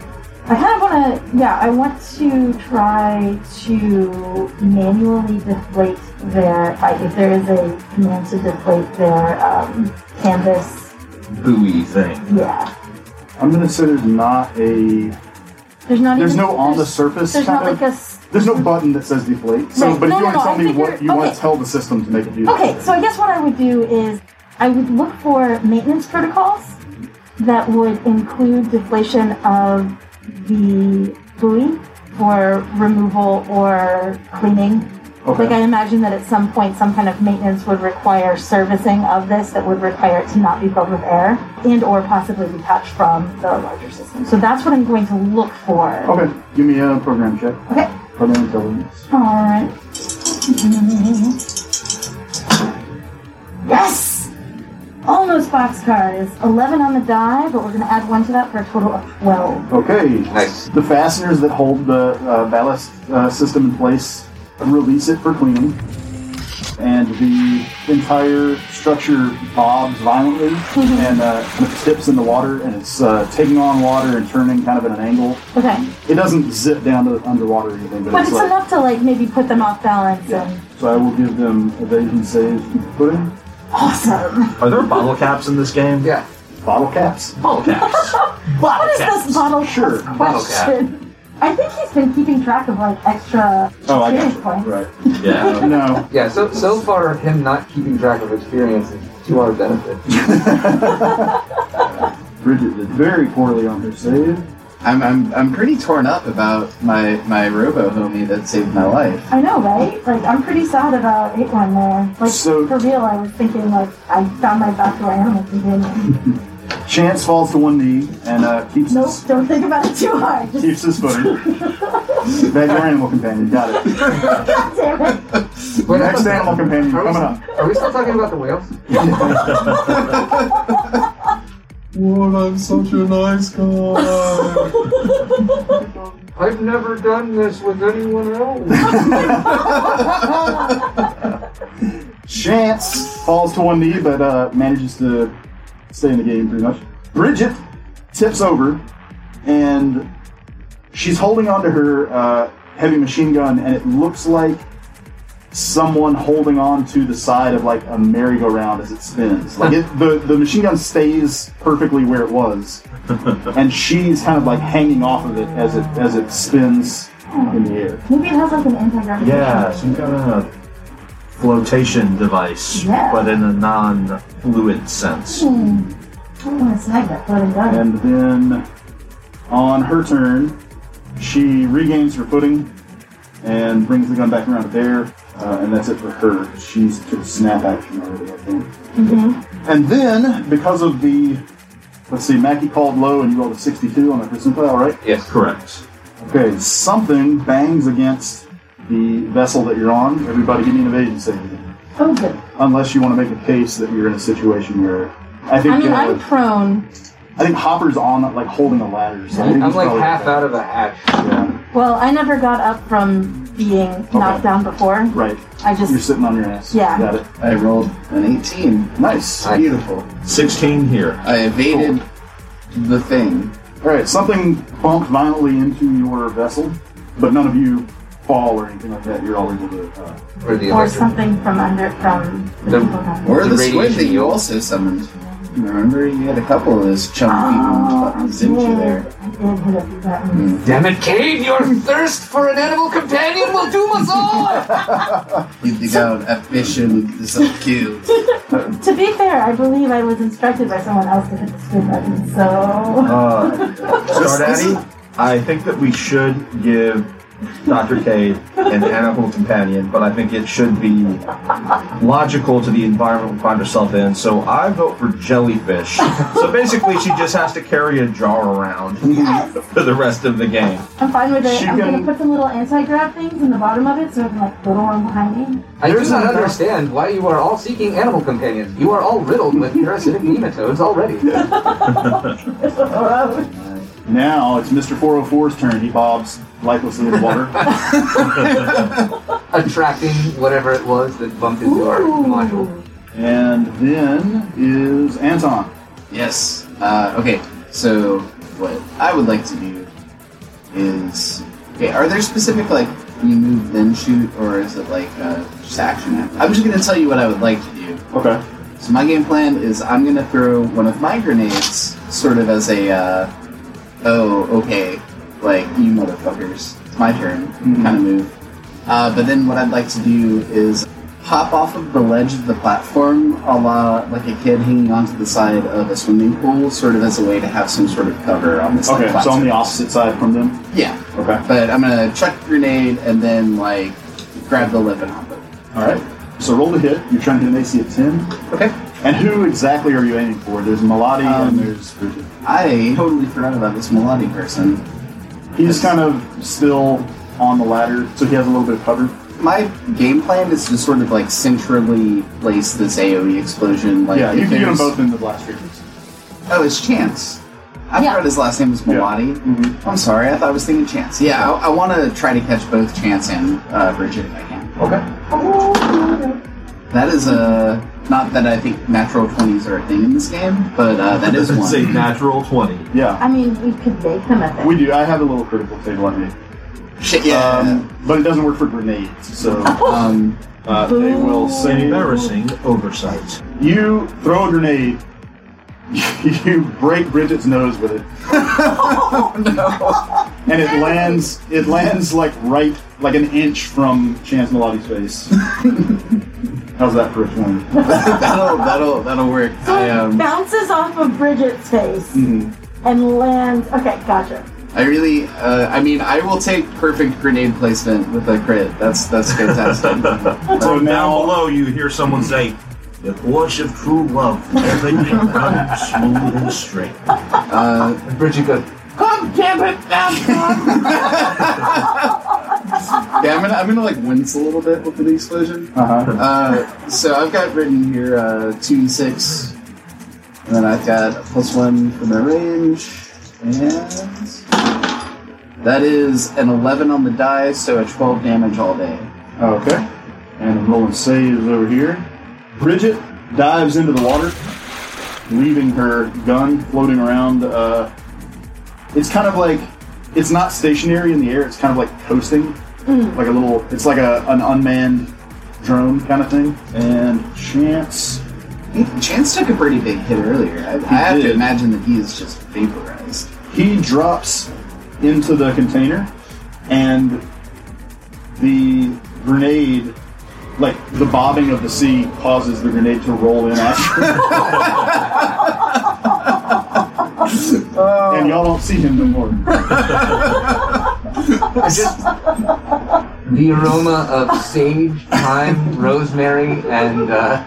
I kind of want to, yeah, I want to try to manually deflate their, like, if there is a command to deflate their um, canvas, Buoy thing. yeah. I'm gonna say there's not a There's not There's even, no on the surface. There's kind not of, like a s- there's no button that says deflate. So, Right. but if No, you no, want to no, tell I me figure- what you want okay. to tell the system to make it do that. Okay, so I guess what I would do is I would look for maintenance protocols that would include deflation of the buoy for removal or cleaning. Okay. Like I imagine that at some point some kind of maintenance would require servicing of this that would require it to not be filled with air and or possibly detached from the larger system. So that's what I'm going to look for. Okay, give me a program check. Okay. Program intelligence. Alright. Yes! Almost boxcar is 11 on the die, but we're going to add one to that for a total of 12. Okay. Nice. The fasteners that hold the uh, ballast uh, system in place release it for cleaning, and the entire structure bobs violently Mm-hmm. and uh, kind of tips in the water, and it's uh, taking on water and turning kind of at an angle. Okay. It doesn't zip down to underwater or anything, but, But it's, it's like, enough to, like, maybe put them off balance and. So I will give them evasion saves. You can put in Awesome! Are there bottle caps in this game? Yeah. bottle caps. Oh, Bottle caps. What is this bottle Sure. question? I think he's been keeping track of like extra Oh, I experience got you. points. Right. Yeah. No. Yeah, so so far him not keeping track of experience is to our benefit. Bridget did very poorly on her save. I'm, I'm, I'm pretty torn up about my, my robo homie that saved my life. I know, right? Like I'm pretty sad about eight one there. Like So- for real, I was thinking like I found my backdoor animal companion. Chance falls to one knee and uh, keeps nope, his, don't think about it too hard. Just keeps his footing. That's your animal companion. Got it. damn it. Wait, I Next thought- animal companion Are we, coming up. are we still talking about the whales? Lord, I'm such a nice guy. I've never done this with anyone else. Chance falls to one knee, but uh, manages to stay in the game pretty much. Bridget tips over, and she's holding onto her uh, heavy machine gun, and it looks like someone holding on to the side of like a merry-go-round as it spins. Like it, the the machine gun stays perfectly where it was, and she's kind of like hanging off of it as it as it spins in the air. Maybe it has like an anti gravity. Yeah, some kind of flotation device, Yeah. but in a non-fluid sense. I don't want to snag that floating gun. And then on her turn, she regains her footing and brings the gun back around to bear. Uh, and that's it for her. She's took a snap action already, I think. Mm-hmm. And then, because of the, let's see, Mackie called low and you rolled a 62 on the percentile, right? Yes. Correct. Okay, something bangs against the vessel that you're on. Everybody give me an evasion save. again. Oh good. Unless you want to make a case that you're in a situation where I think I mean, uh, I'm prone. I think Hopper's on like holding a ladder. So I think I'm he's like probably- half out of a hatch. Yeah, Well, I never got up from being knocked down before. right. I You're just sitting on your ass. Yeah. Got it. I rolled an 18. Nice. All I- Beautiful. 16 here. I evaded the thing. right. Something bumped violently into your vessel, but none of you fall or anything like that. You're all able to. Uh, Or the or electric. something from under from the The- people down there. Or the, The squid that radiation you yield. also summoned. Remember, you had a couple of those chunky Oh, I buttons, didn't you, there? did. I did hit up with that one. Damn it, Cade, your thirst for an animal companion will doom us all! You think I would ambition this up cute. To be fair, I believe I was instructed by someone else to hit the squid button, so. Uh, Star Daddy, I think that we should give Dr. Cade an animal companion, but I think it should be logical to the environment we find herself in. So I vote for jellyfish. So basically, she just has to carry a jar around for the rest of the game. I'm fine with it. She I'm can- gonna put some little anti grab things in the bottom of it so I can, like, go to one behind me. I do There's not another- understand why you are all seeking animal companions. You are all riddled with parasitic nematodes already. now it's Mr. 404's turn. He bobs lifelessly in the water. Attracting whatever it was that bumped into our module. and then is Anton. Yes. Uh, okay. So what I would like to do is okay. Are there specific like you move then shoot, or is it like uh, just action? I'm just gonna tell you what I would like to do. Okay. So my game plan is I'm gonna throw one of my grenades, sort of as a uh, oh okay, like you motherfuckers, it's my turn Mm-hmm. kind of move. Uh, but then what I'd like to do is hop off of the ledge of the platform, a la like a kid hanging onto the side of a swimming pool, sort of as a way to have some sort of cover on this. like, Okay. So on platform. the opposite side from them. yeah. Okay. But I'm gonna chuck the grenade and then like grab the lip and hop it. All right. So roll the hit. You're trying to hit an AC of 10. Okay. And who exactly are you aiming for? There's Melody Um, and there's Bridget. I totally forgot about this Melody person. He's kind of still on the ladder, so he has a little bit of cover. My game plan is to sort of like centrally place this AoE explosion. Like, yeah, if you can get them there's- both in the blast radius. Oh, it's Chance. I Yeah. thought his last name was Yeah. Melati. Mhm. I'm sorry, I thought I was thinking Chance. Yeah, I, I want to try to catch both Chance and uh, Bridget if I can. Okay. That is a not that I think natural twenties are a thing in this game, but uh, that is It's a one. natural 20. Yeah, I mean, we could make them a we thing. do. I have a little critical table on me. Shit, yeah. Um, but it doesn't work for grenades, so um, uh, they will An save. embarrassing oversight. You throw a grenade, Oh, you break Bridget's nose with it. and it lands. It lands like right, like an inch from Chance Melodi's face. How's that for a twenty? that'll that'll that'll work. So I it um, bounces off of Bridget's face Mhm. and lands. Okay, gotcha. I really, uh, I mean, I will take perfect grenade placement with a crit. That's that's fantastic. So From down now, below, you hear someone say, "The course of true love, everything runs smooth and straight." uh, And Bridget goes, Come, damn it! yeah, I'm gonna I'm gonna like wince a little bit with the explosion. uh-huh. Uh, so I've got written here uh, two six, and then I've got a plus one for my range, and that is an eleven on the die, so a twelve damage all day. okay. And I'm rolling saves over here. Bridget dives into the water, leaving her gun floating around. Uh, it's kind of like it's not stationary in the air. It's kind of like coasting, like a little. It's like a, an unmanned drone kind of thing. And Chance, Chance took a pretty big hit earlier. I, I have did. to imagine that he is just vaporized. he drops into the container, and the grenade, like the bobbing of the sea, causes the grenade to roll in after. and y'all don't see him no more. the aroma of sage, thyme, rosemary, and uh,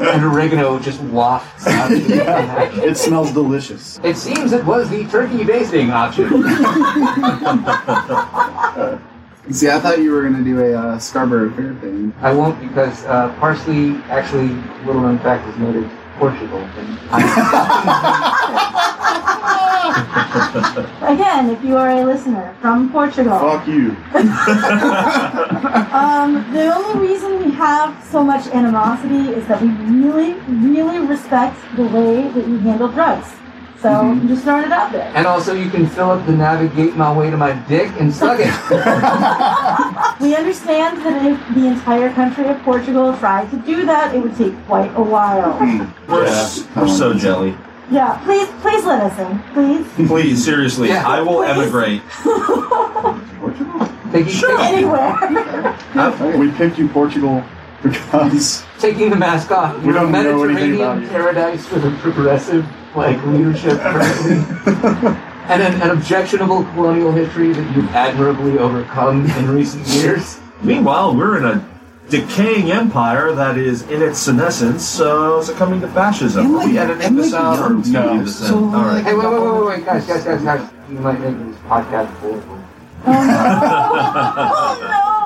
and oregano just wafts out of the package. It smells delicious. It seems it was the turkey basting option. See, I thought you were gonna do a uh, Scarborough Fair thing. I won't because uh, parsley, actually, little known fact, is native to Portugal. And Again, if you are a listener from Portugal, Fuck you. um, the only reason we have so much animosity is that we really, really respect the way that you handle drugs. So just throwing it out there. and also, you can fill up the navigate my way to my dick and suck it. We understand that if the entire country of Portugal tried to do that, it would take quite a while. We're, s- we're so jelly. Yeah, please, please let us in, please. Please, seriously, Yeah. I will Please. emigrate. taking, taking, Anywhere. Oh, We picked you, Portugal, because taking the mask off. We don't know anything about Mediterranean you. paradise with a progressive like leadership currently. and an, an objectionable colonial history that you've admirably overcome in recent years. Meanwhile, we're in a decaying empire that is in its senescence, uh, succumbing to fascism. Am Are we I- editing am I this out? Or young do we to leave be this so in? All right. Hey, wait, wait, wait, wait, wait, guys, guys, guys, guys. You might make this podcast political. Oh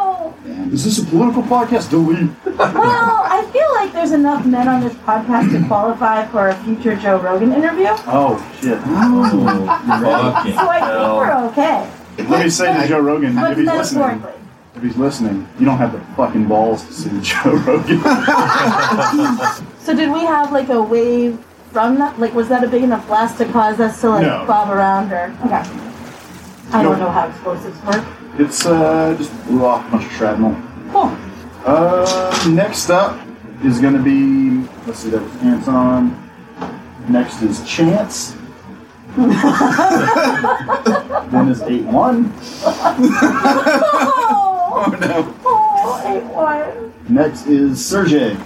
is this a political podcast? Delete. no! Well, I feel like there's enough men on this podcast to qualify for a future Joe Rogan interview, so Oh shit. Oh, fucking I think hell. we're okay. Let me say to Joe Rogan, But if he's listening, metaphorically, if he's listening, you don't have the fucking balls to sue Joe Rogan. so did we have like a wave from that? Like, was that a big enough blast to cause us to like No. bob around or? Okay. I No. don't know how explosives work. It's uh, just blew off a bunch of shrapnel. Cool. Uh, next up is going to be let's see, that was Anton. Next is Chance. then is eight one. Oh, Oh no! oh, eight one. Next is Sergey,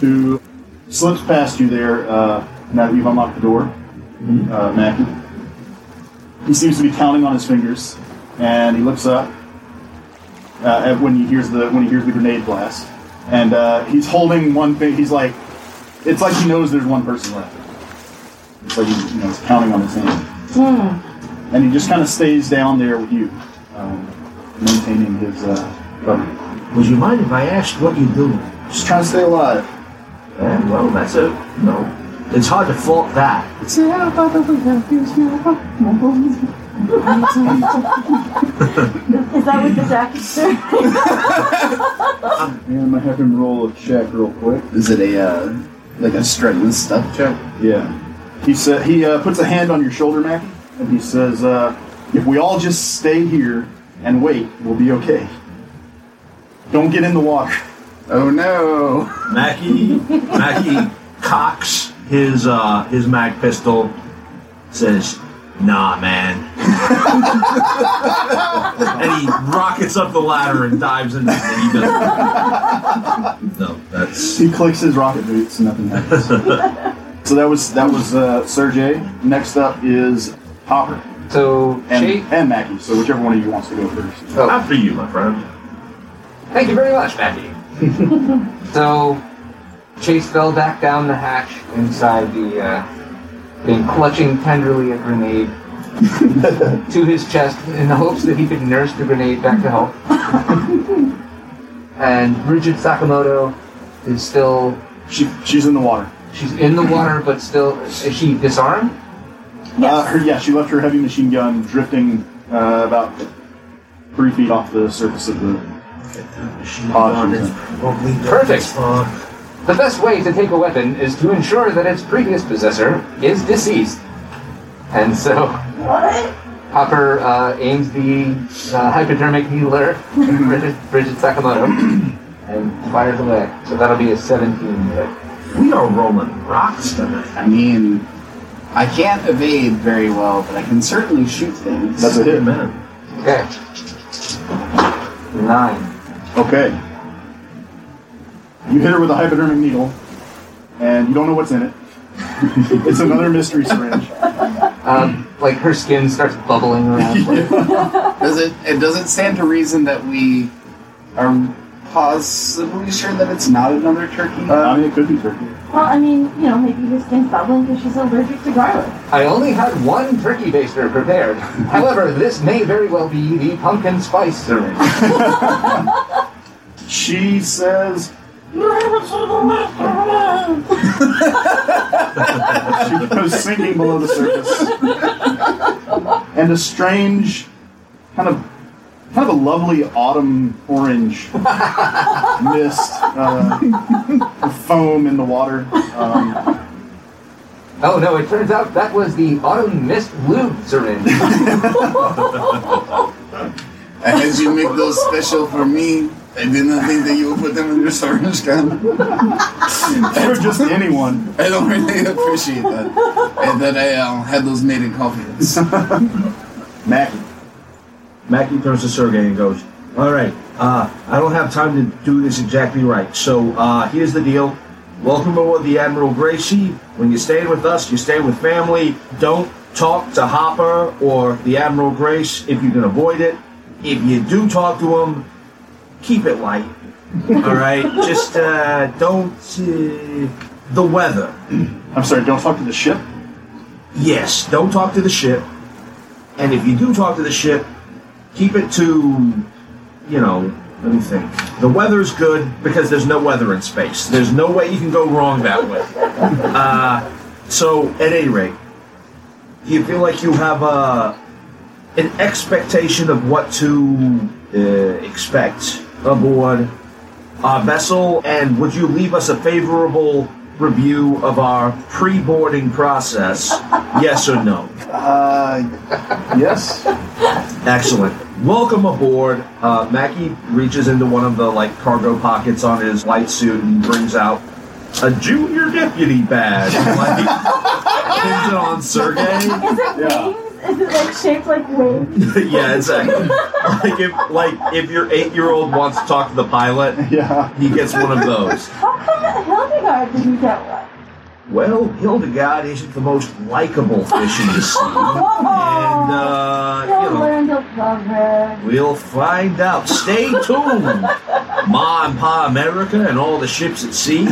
who slips past you there. Uh, now that you've unlocked the door, uh, Mackie. He seems to be counting on his fingers, and he looks up uh, at- when he hears the when he hears the grenade blast, and uh, he's holding one thing. He's like, it's like he knows there's one person left. It's like he, you know, he's counting on his hand, and he just kind of stays down there with you, um, maintaining his uh, cover. Would you mind if I asked what you're doing? Just trying to stay alive. Eh, well, that's a no. It's hard to fault that. Is that what the jacket's doing? Yeah, I'm gonna have him roll a check real quick. Is it a uh, like a strength stuff check? Yeah. He said he uh, puts a hand on your shoulder, Mackie, and he says, uh, "If we all just stay here and wait, we'll be okay. Don't get in the water." Oh no! Mackie Mackie cocks his uh his mag pistol, says, "Nah, man, and he rockets up the ladder and dives in, and he doesn't. No, that's He clicks his rocket boots and nothing happens. so that was that was uh, Sergey. Next up is Hopper So, and Jake, and Mackie. So whichever one of you wants to go first. not for you, my friend. Thank you very much, Matthew. so, Chase fell back down the hatch inside the, uh, and clutching tenderly a grenade to his chest in the hopes that he could nurse the grenade back to health. and Bridget Sakamoto is still, She she's in the water. she's in the water, but still, is she disarmed? Uh, her, yeah, she left her heavy machine gun drifting uh, about three feet off the surface of the pod. she's in. Perfect. Uh, The best way to take a weapon is to ensure that its previous possessor is deceased. And so, What? Hopper uh, aims the uh, hypodermic needler at Bridget, Bridget Sakamoto and fires away. So that'll be a 17 hit. We are rolling rocks tonight. I mean, I can't evade very well, but I can certainly shoot things. That's a hit. Amen. Okay. Nine. Okay. You hit her with a hypodermic needle, and you don't know what's in it. it's another mystery syringe. Um, like her skin starts bubbling around. Uh, Does it? It doesn't stand to reason that we are possibly sure that it's not another turkey. Uh, I mean, it could be turkey. Well, I mean, you know, maybe her skin's bubbling because she's allergic to garlic. I only had one turkey baster prepared. However, this may very well be the pumpkin spice syringe. She says she goes sinking below the surface, and a strange, kind of, kind of a lovely autumn orange mist, uh, foam in the water. Um, Oh no, it turns out that was the autumn mist lube syringe. I had you make those special for me. I did not think that you would put them in your syringe gun. or just anyone. I don't really appreciate that. And that I um, had those made in confidence. Mac, Mackie turns to Sergey and goes, All right, uh, I don't have time to do this exactly right. So uh, here's the deal. Welcome aboard the Admiral Gracie. When you stay with us, you stay with family. Don't talk to Hopper or the Admiral Grace if you can avoid it. If you do talk to him, keep it light. All right? Just uh, don't. Uh, the weather. I'm sorry. Don't talk to the ship. Yes, don't talk to the ship. And if you do talk to the ship, keep it to, you know, let me think. The weather's good because there's no weather in space. There's no way you can go wrong that way. Uh, so, at any rate, do you feel like you have a, an expectation of what to uh, expect aboard our Uh, vessel? And would you leave us a favorable review of our pre boarding process? yes or no? Uh, yes. Excellent. Welcome aboard. Uh, Mackie reaches into one of the like cargo pockets on his light suit and brings out a junior deputy badge. Like, pins it on Sergey. Is it Yeah. wings? Is it like shaped like wings? yeah, exactly. Like if like if your eight year old wants to talk to the pilot, Yeah. he gets one of those. How come that Hildegard didn't get one? Well, Hildegard isn't the most likable fish in the sea, and uh, you You'll know. learn to love her. We'll find out. Stay tuned. Ma and Pa America and all the ships at sea.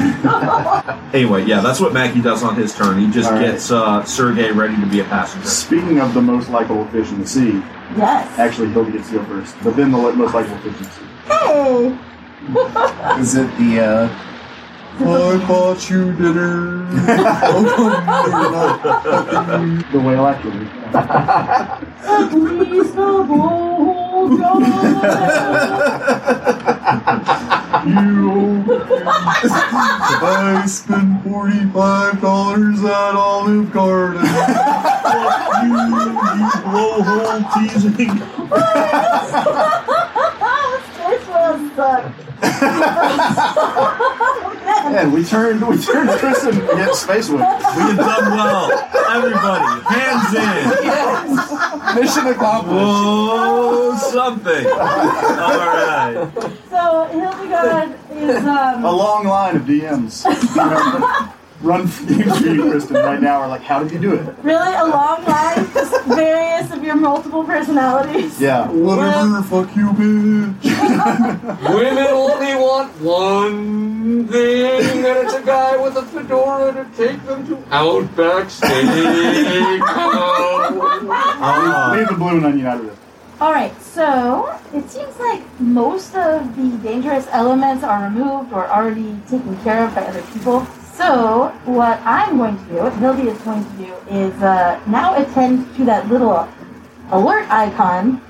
anyway, yeah, that's what Mackie does on his turn. He just All right. gets uh, Sergey ready to be a passenger. Speaking of the most likable fish in the sea, Yes. actually, Hilda gets to go first, but then the li- most likable fish in the sea. Hey! Is it the, uh, I bought you dinner. Oh, The whale actually. Please the bold God. I spent forty-five dollars at Olive Garden. This one sucked. And we turned, we turned Tristan against Spacewood. We've done well. Everybody, hands in. yes! Mission accomplished. Oh, something. All right. So Hildegard is um. A long line of DMs. Run for you, Kristen, right now are like, how did you do it? Really, a long line, just various of your multiple personalities. Yeah. Whatever, fuck you, bitch. Women only want one thing, and it's a guy with a fedora to take them to Outback Steakhouse. Leave the balloon onion out of it. All right, so it seems like most of the dangerous elements are removed or already taken care of by other people. So what I'm going to do, what Hildy is going to do, is uh, now attend to that little alert icon,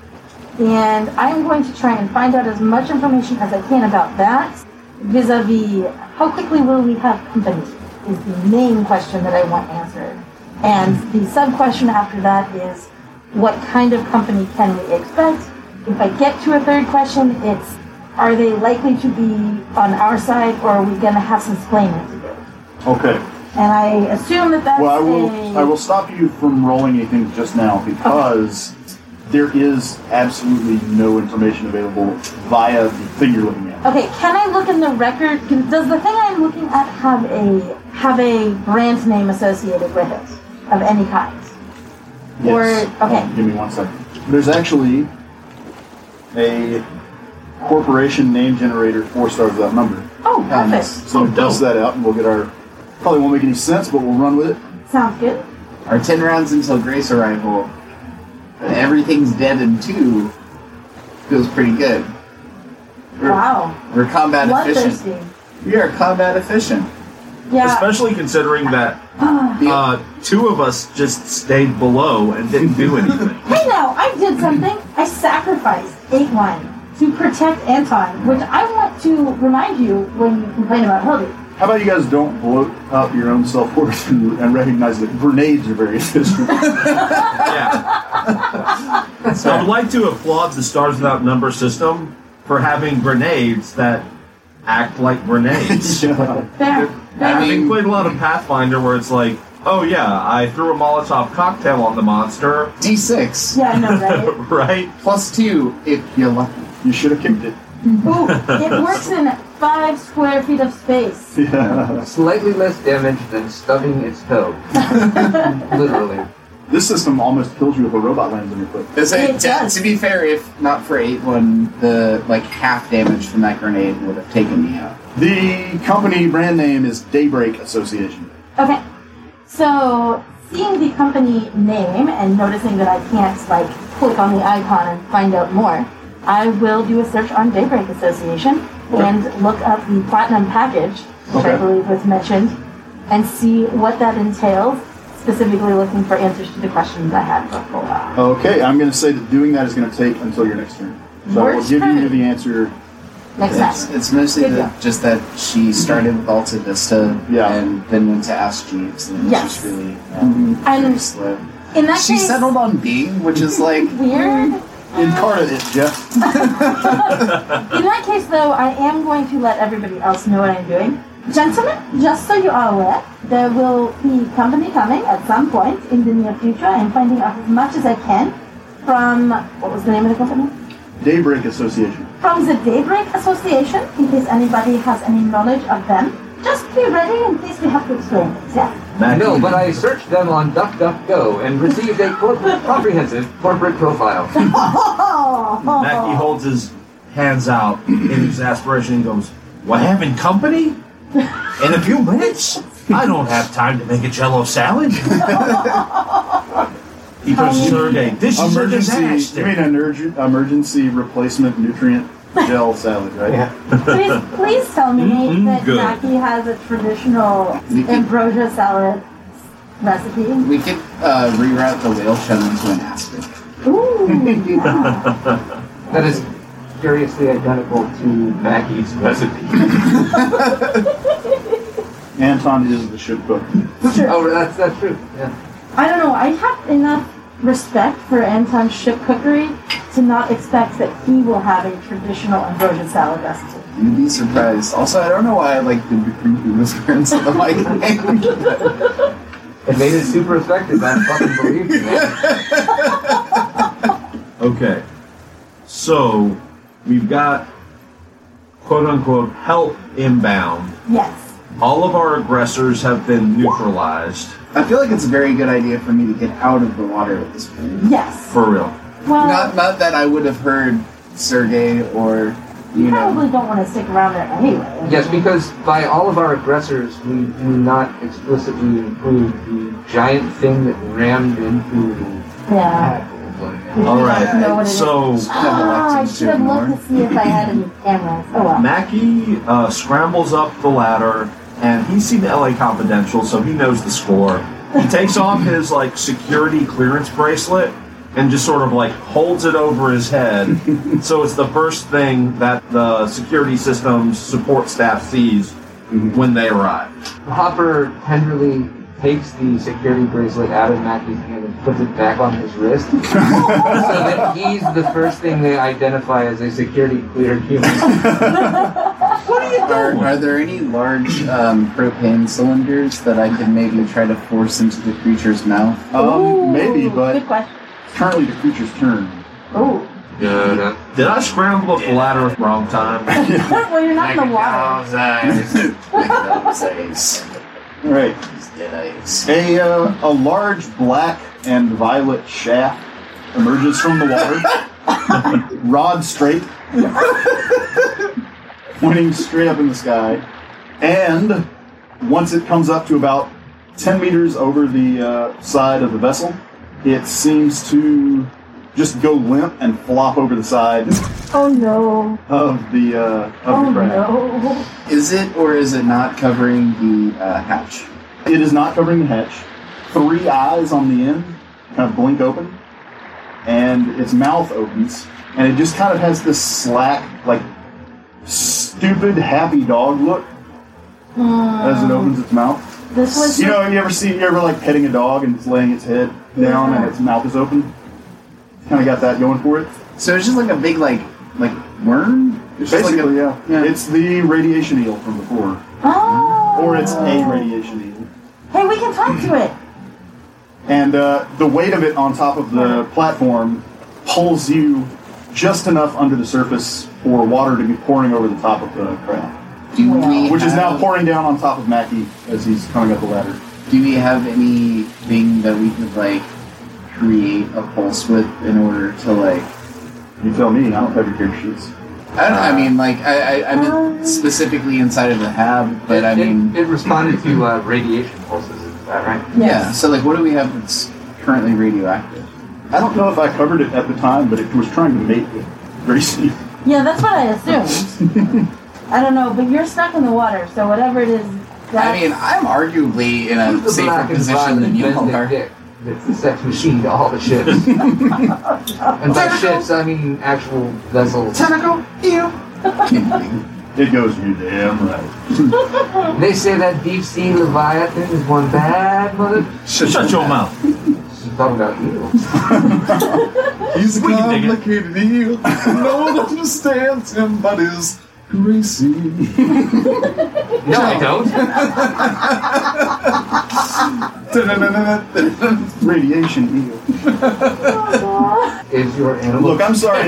and I'm going to try and find out as much information as I can about that. Vis-a-vis, how quickly will we have company is the main question that I want answered, and the sub question after that is what kind of company can we expect? If I get to a third question, it's are they likely to be on our side or are we going to have some explaining to do? Okay. And I assume that that's Well, I will. a- I will stop you from rolling anything just now because there is absolutely no information available via the thing you're looking at. Okay, can I look in the record? Can, does the thing I'm looking at have a have a brand name associated with it of any kind? Yes. Or- okay. Um, give me one second. There's actually a corporation name generator four stars that number. Oh, Um, perfect. so bust that out, and we'll get our. Probably won't make any sense, but we'll run with it. Sounds good. Our ten rounds until Grace arrival. But everything's dead in two. Feels pretty good. We're, Wow, we're combat efficient. bloodthirsty. We are combat efficient. Yeah. Especially considering that uh, two of us just stayed below and didn't do anything. Hey now, I did something. I sacrificed eight wine to protect Anton, which I want to remind you when you complain about Hildy. How about you guys don't bloat up your own self worth and, and recognize that grenades are very efficient. Yeah. I would like to applaud the Stars Without Number system for having grenades that act like grenades. Fair. fair. I I mean- played a lot of Pathfinder where it's like, oh yeah, I threw a Molotov cocktail on the monster, D6 yeah, I know, right? right? plus two if you're lucky. you should have kicked it. Ooh, it works in five square feet of space. Yeah. Slightly less damage than stubbing its toe. Literally. This system almost kills you if a robot lands on your foot. Is It it, to, does. to be fair, if not for eight one, the like half damage from that grenade would have taken me out. The company brand name is Daybreak Association. Okay, so seeing the company name and noticing that I can't like click on the icon and find out more, I will do a search on Daybreak Association and look up the platinum package, which I Okay. believe was mentioned, and see what that entails. Specifically looking for answers to the questions I had before. Okay, I'm going to say that doing that is going to take until your next turn. So I will Worst give you turn. the answer. Next It's, time. it's mostly Good the, job. just that she started with Alta Vista Yeah. and then went to Ask Jeeves and it was Yes. just really um, very And slow. in that She "Oh case, settled on B, which is like weird. Incarnate it, Jeff. In that case, though, I am going to let everybody else know what I'm doing. Gentlemen, just so you are aware, there will be company coming at some point in the near future. I'm finding out as much as I can from, what was the name of the company? Daybreak Association. From the Daybreak Association, in case anybody has any knowledge of them. Just be ready in case we have to explain things, yeah? No, but I searched them on DuckDuckGo and received a corporate, comprehensive corporate profile. Mackie Oh, holds his hands out in exasperation and goes, What having company? In a few minutes? I don't have time to make a jello salad. he goes, Sergey, this is a Emergency. You disaster. mean an urgent emergency replacement nutrient gel salad, right? Yeah. please, please tell me Mm, mm, that good. Mackie has a traditional We can- ambrosia salad recipe. we could uh, reroute the whale shell into an aspirin. Ooh, yeah. That is curiously identical to Mackie's recipe. Anton is the shit cook. Oh, that's, that's true. Yeah. I don't know. I have enough respect for Anton's ship cookery to not expect that he will have a traditional ambrosia salad recipe. You'd be surprised. Also, I don't know why I like the creepy whisper into the mic. It made it super effective. I fucking believe you, man. Okay. So we've got quote unquote help inbound. Yes. All of our aggressors have been neutralized. I feel like it's a very good idea for me to get out of the water at this point. Yes. For real. Well, Not, not that I would have heard Sergey or, you you know. probably don't want to stick around there anyway. Yes, because by all of our aggressors, we do not explicitly include the giant thing that rammed into the Yeah. tackle. We All don't right, know what it is. So Ah, I elected should have looked to see if I had any cameras. Oh well. Mackie uh, scrambles up the ladder, and he's seen LA Confidential, so he knows the score. He takes off his like security clearance bracelet and just sort of like holds it over his head. so it's the first thing that the security system's support staff sees Mm-hmm. when they arrive. Hopper tenderly takes the security bracelet out of Mackie's hand and puts it back on his wrist, so that he's the first thing they identify as a security cleared human. Are, are there any large um, propane cylinders that I could maybe try to force into the creature's mouth? Ooh, Um, maybe, Good but question. currently the creature's turn. Oh. Did I scramble up the ladder at the wrong time? well, you're not in the water. Those eyes. All right. Those dead eyes. A, uh, a large black and violet shaft emerges from the water, rod straight, pointing straight up in the sky. And once it comes up to about 10 meters over the uh, side of the vessel, it seems to just go limp and flop over the side Oh no. of the, uh, of Oh the craft. no. Is it or is it not covering the uh, hatch? It is not covering the hatch. Three eyes on the end kind of blink open, and its mouth opens, and it just kind of has this slack, like stupid happy dog look as it opens its mouth. Uh, This Oh. was You know, you ever see, you ever like petting a dog and it's laying its head down and its mouth is open? Kind of got that going for it. So it's just like a big like like worm. It's just Basically, like yeah. It's the radiation eel from before, Oh. or it's a radiation eel. Hey, we can talk to it. and uh, the weight of it on top of the platform pulls you just enough under the surface for water to be pouring over the top of the craft, a, do we which is now have- pouring down on top of Mackie as he's coming up the ladder. Do we have anything that we could like create a pulse with in order to like? You tell me. I don't have your character sheets. I don't know. I mean, like I I, I meant Uh, specifically inside of the hab, but I It- mean, it, it responded to uh, radiation pulses. Is that right? yeah. So like, what do we have that's currently radioactive? I don't know if I covered it at the time, but it was trying to mate with Gracie. Yeah, that's what I assumed. I don't know, but you're stuck in the water, so whatever it is. That, I mean, I'm arguably in Who's a the safer black and position violent than you Benedict are. Dick That's the sex machine to all the ships. and by ships, I mean actual vessels. Tentacle, you. Kidding. It goes, you damn right. They say that deep sea leviathan is one bad mother. Shut your mouth. She's talking about you. He's a We can dig it. complicated heel. No one understands him, but is crazy. No, I don't. Radiation eel. Is your animal? Look, I'm sorry.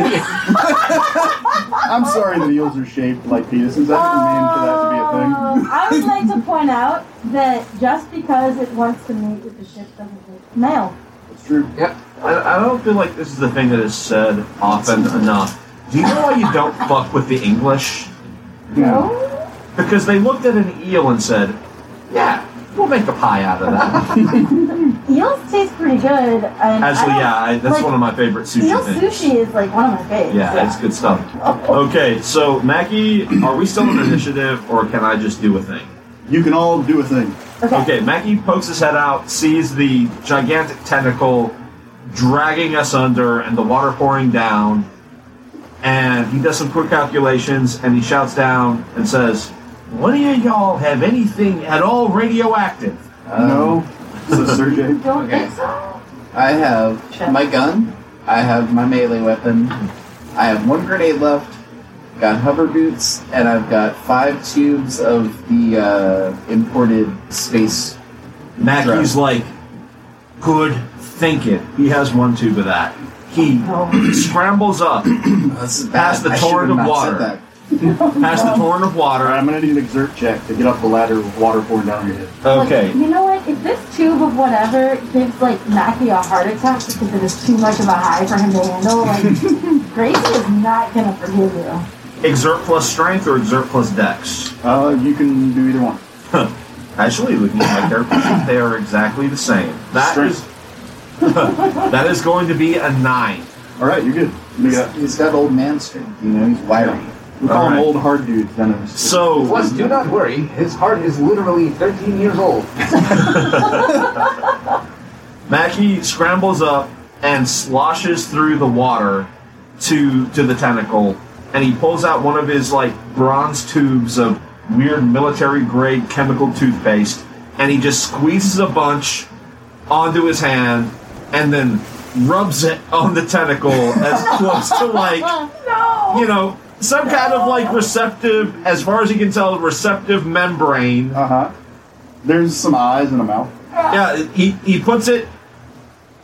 I'm sorry that eels are shaped like penises. I didn't mean for that to be a Um, I would like to point out that just because it wants to mate with the ship doesn't make it male. thing. It's true. I, I don't feel like this is the thing that is said often enough. Do you know why you don't fuck with the English? No? Because they looked at an eel and said, Yeah, we'll make a pie out of that. Eels taste pretty good. And I Actually, don't- yeah, I, that's like, one of my favorite sushi Eel things. sushi is like one of my faves. Yeah, it's good stuff. Okay, so Mackie, are we still in initiative or can I just do a thing? You can all do a thing. Okay. Okay, Mackie pokes his head out, sees the gigantic tentacle dragging us under and the water pouring down, and he does some quick calculations and he shouts down and says, One of y'all have anything at all radioactive? no. Um, So, Sergey. Don't Okay. think so. I have my gun. I have my melee weapon. I have one grenade left. Got hover boots, and I've got five tubes of the uh, imported space. Mackie's like, Good thinking. He has one tube of that. He scrambles up That's Past the I should torrent have of not said water. that. past the torrent All of right, water. I'm going to need an exert check to get up the ladder with water pouring down your head. Okay. Look, you know what? If this tube of whatever gives like Mackie a heart attack because it is too much of a high for him to handle, like Gracie is not gonna forgive you. Exert plus strength or exert plus dex. Uh, you can do either one. Actually, looking like they're they are exactly the same. That is Strength. that is going to be a nine. All right, you're good. You He's- got- he's got old man strength, you know, he's wiry. we call All him right. old hard dudes. None of us. So Plus, do not worry, his heart is literally 13 years old. Mackie scrambles up and sloshes through the water to to the tentacle, and he pulls out one of his like bronze tubes of weird military grade chemical toothpaste, and he just squeezes a bunch onto his hand, and then rubs it on the tentacle as close to like No. you know some kind of like receptive, as far as he can tell, receptive membrane. Uh huh. There's some eyes and a mouth. Yeah, he he puts it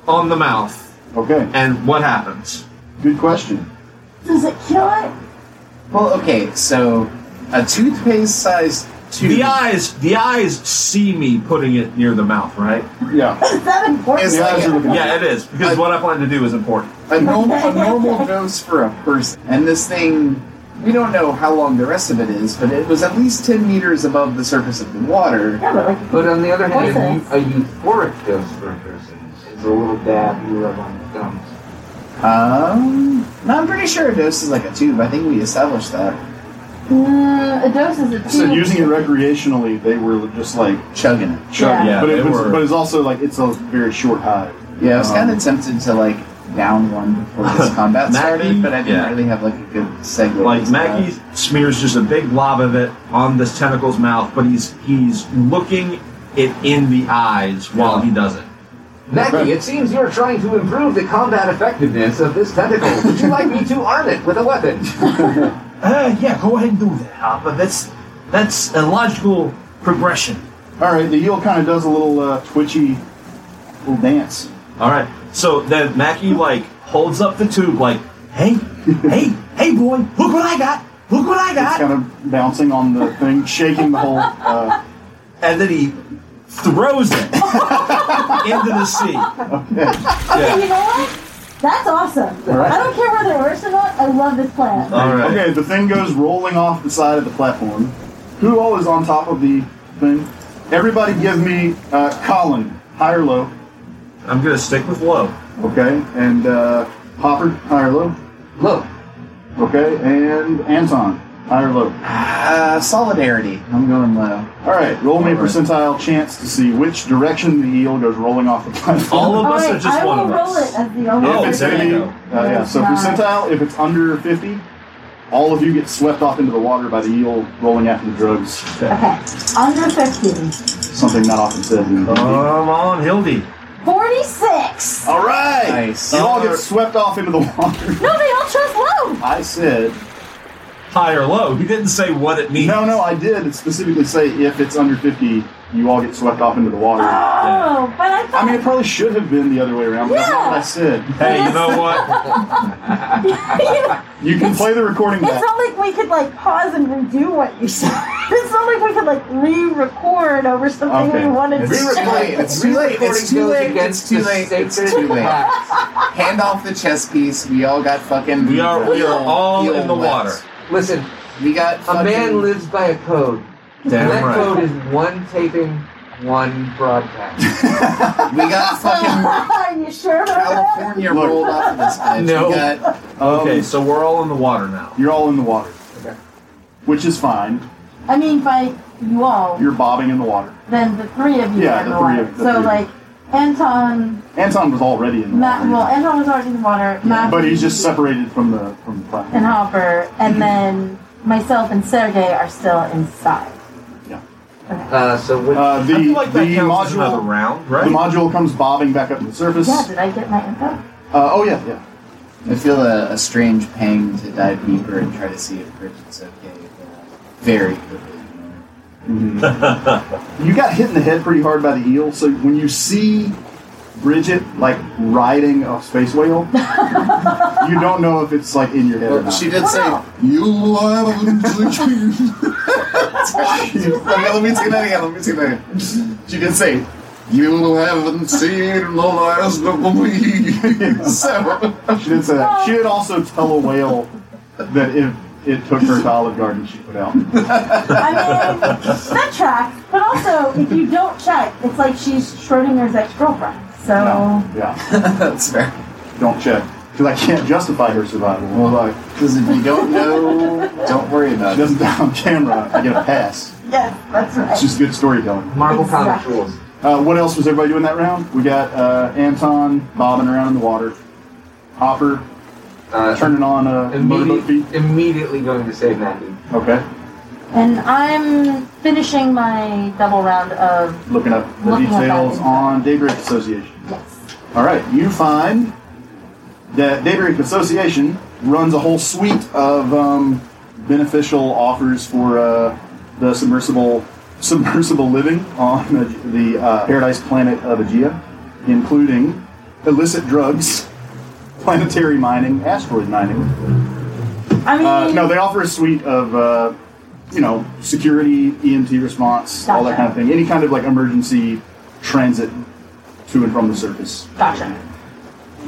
on the mouth. Okay. And what happens? Good question. Does it kill it? Well, okay, so a toothpaste sized tube. The uh, eyes, the eyes see me putting it near the mouth, right? Yeah. Is that important? It's The eyes are looking. Yeah, it is because what I plan to do is important. a normal, a normal dose for a person. And this thing, we don't know how long the rest of it is, but it was at least 10 meters above the surface of the water. Yeah, but like But on the other hand, a, Poisonous. eu- a euphoric dose for a person is a little dab you rub on the gums. Um, no, I'm pretty sure a dose is like a tube. I think we established that. mm, a dose is a tube. So using it recreationally, they were just like Chugging it. chugging. Yeah, but, they it was, were- but it's also like it's a very short high. Yeah, I was kind Um, of tempted to like down one before this combat Maggie? started, but I didn't Yeah. really have like a good segue. Like into that. Maggie smears just a big glob of it on this tentacle's mouth, but he's he's looking it in the eyes while he does it. Mackie, it seems you're trying to improve the combat effectiveness of this tentacle. Would you like me to arm it with a weapon? Uh, yeah, go ahead and do that, Hopper. That's that's a logical progression. All right, the eel kind of does a little uh, twitchy little dance. All right. So then Mackie like holds up the tube, like, hey, hey, hey, boy, look what I got, look what I It's got. kind of bouncing on the thing, shaking the whole. Uh, and then he throws it into the sea. Okay, you know what? That's awesome. Alright. I don't care whether it works or not. I love this plan. All right. Okay, the thing goes rolling off the side of the platform. Who all is on top of the thing? Everybody, give me uh, Colin, high or low. I'm gonna stick with low. Okay, and uh, Hopper, high or low. Look, Okay, and Anton, high or low. uh, solidarity. I'm going low. All right, roll me a All right. percentile chance to see which direction the eel goes rolling off the platform. All of us Alright, are just I one will of roll it us. as the only Oh, if it's there person. any, you go. uh, yeah. So Nice. percentile, if it's under fifty, all of you get swept off into the water by the eel rolling after the drugs. Okay, under 15. Something not often said. in- Come on, Hildy. 46! all right, Nice. you all get swept off into the water. No, they all trust low! I said, High or low? He didn't say what it means. no, no, I did specifically say if it's under fifty, you all get swept off into the water. Oh, but I I thought mean, it probably should have been the other way around, but that's not what I said. Hey, you know what? You can play the recording it's back. not like we could like pause and redo what you said. It's not like we could like re-record over something Okay. we wanted It's to. too late. It's too late. It's too late. It's too late. It's too late. Hand off the chess piece. We all got fucking. We are we are eel- all eel in the wet. water. Listen, We got a fucking, man lives by a code. and that Damn code right. is one taping, one broadcast. We got fucking Are you sure about that? California Look. rolled off of this bitch. No. We got Um, Okay, so we're all in the water now. You're all in the water. Okay. Which is fine. I mean, by you all, You're bobbing in the water. then the three of you Yeah, are in the the, three water. of- the so three. like, Anton, Anton was already in the Matt, water. well, Anton was already in the water. Matt, but he's just separated from the from the and platform. Hopper, and then myself and Sergey are still inside. Yeah. Uh, so what, Uh, the I feel like the that counts as another module round, the right? module comes bobbing back up to the surface. Yeah, did I get my info? Uh, oh yeah, yeah. I feel a, a strange pang to dive deeper and try to see if Bridget's okay. uh, Very quickly. you know. You got hit in the head pretty hard by the eel, so when you see Bridget like riding a space whale. you don't know if it's like in your head or Well, not. she did say, You are a little child." She- okay, Let me take that again. Let me take that again. She did say, You haven't seen the last of me. So, She did say that. She did also tell a whale that if it took her to Olive Garden, she would out. I mean, that tracks. But also, if you don't check, it's like she's Schrodinger's ex-girlfriend. So No. Yeah. that's fair. Don't check. Because I can't justify her survival. Well, like, Because if you don't know, don't worry she about it. doesn't die on camera. I get a pass. yes, that's It's right. just good storytelling. Marvel comic Exactly. rules. Uh, what else was everybody doing that round? We got uh, Anton bobbing around in the water, Hopper Uh, turning on a motorboat feet. immediately, immediately going to save Maggie. Okay, And I'm finishing my double round of looking up the Looking at details that. on Daybreak Association. yes. All right, you find that Daybreak Association runs a whole suite of um, beneficial offers for uh, the submersible submersible living on the, the uh, paradise planet of Aegea, including illicit drugs, planetary mining, asteroid mining. I mean, Uh, no, they offer a suite of, uh, you know, security, EMT response, all that Gotcha. kind of thing. Any kind of like emergency transit to and from the surface. gotcha.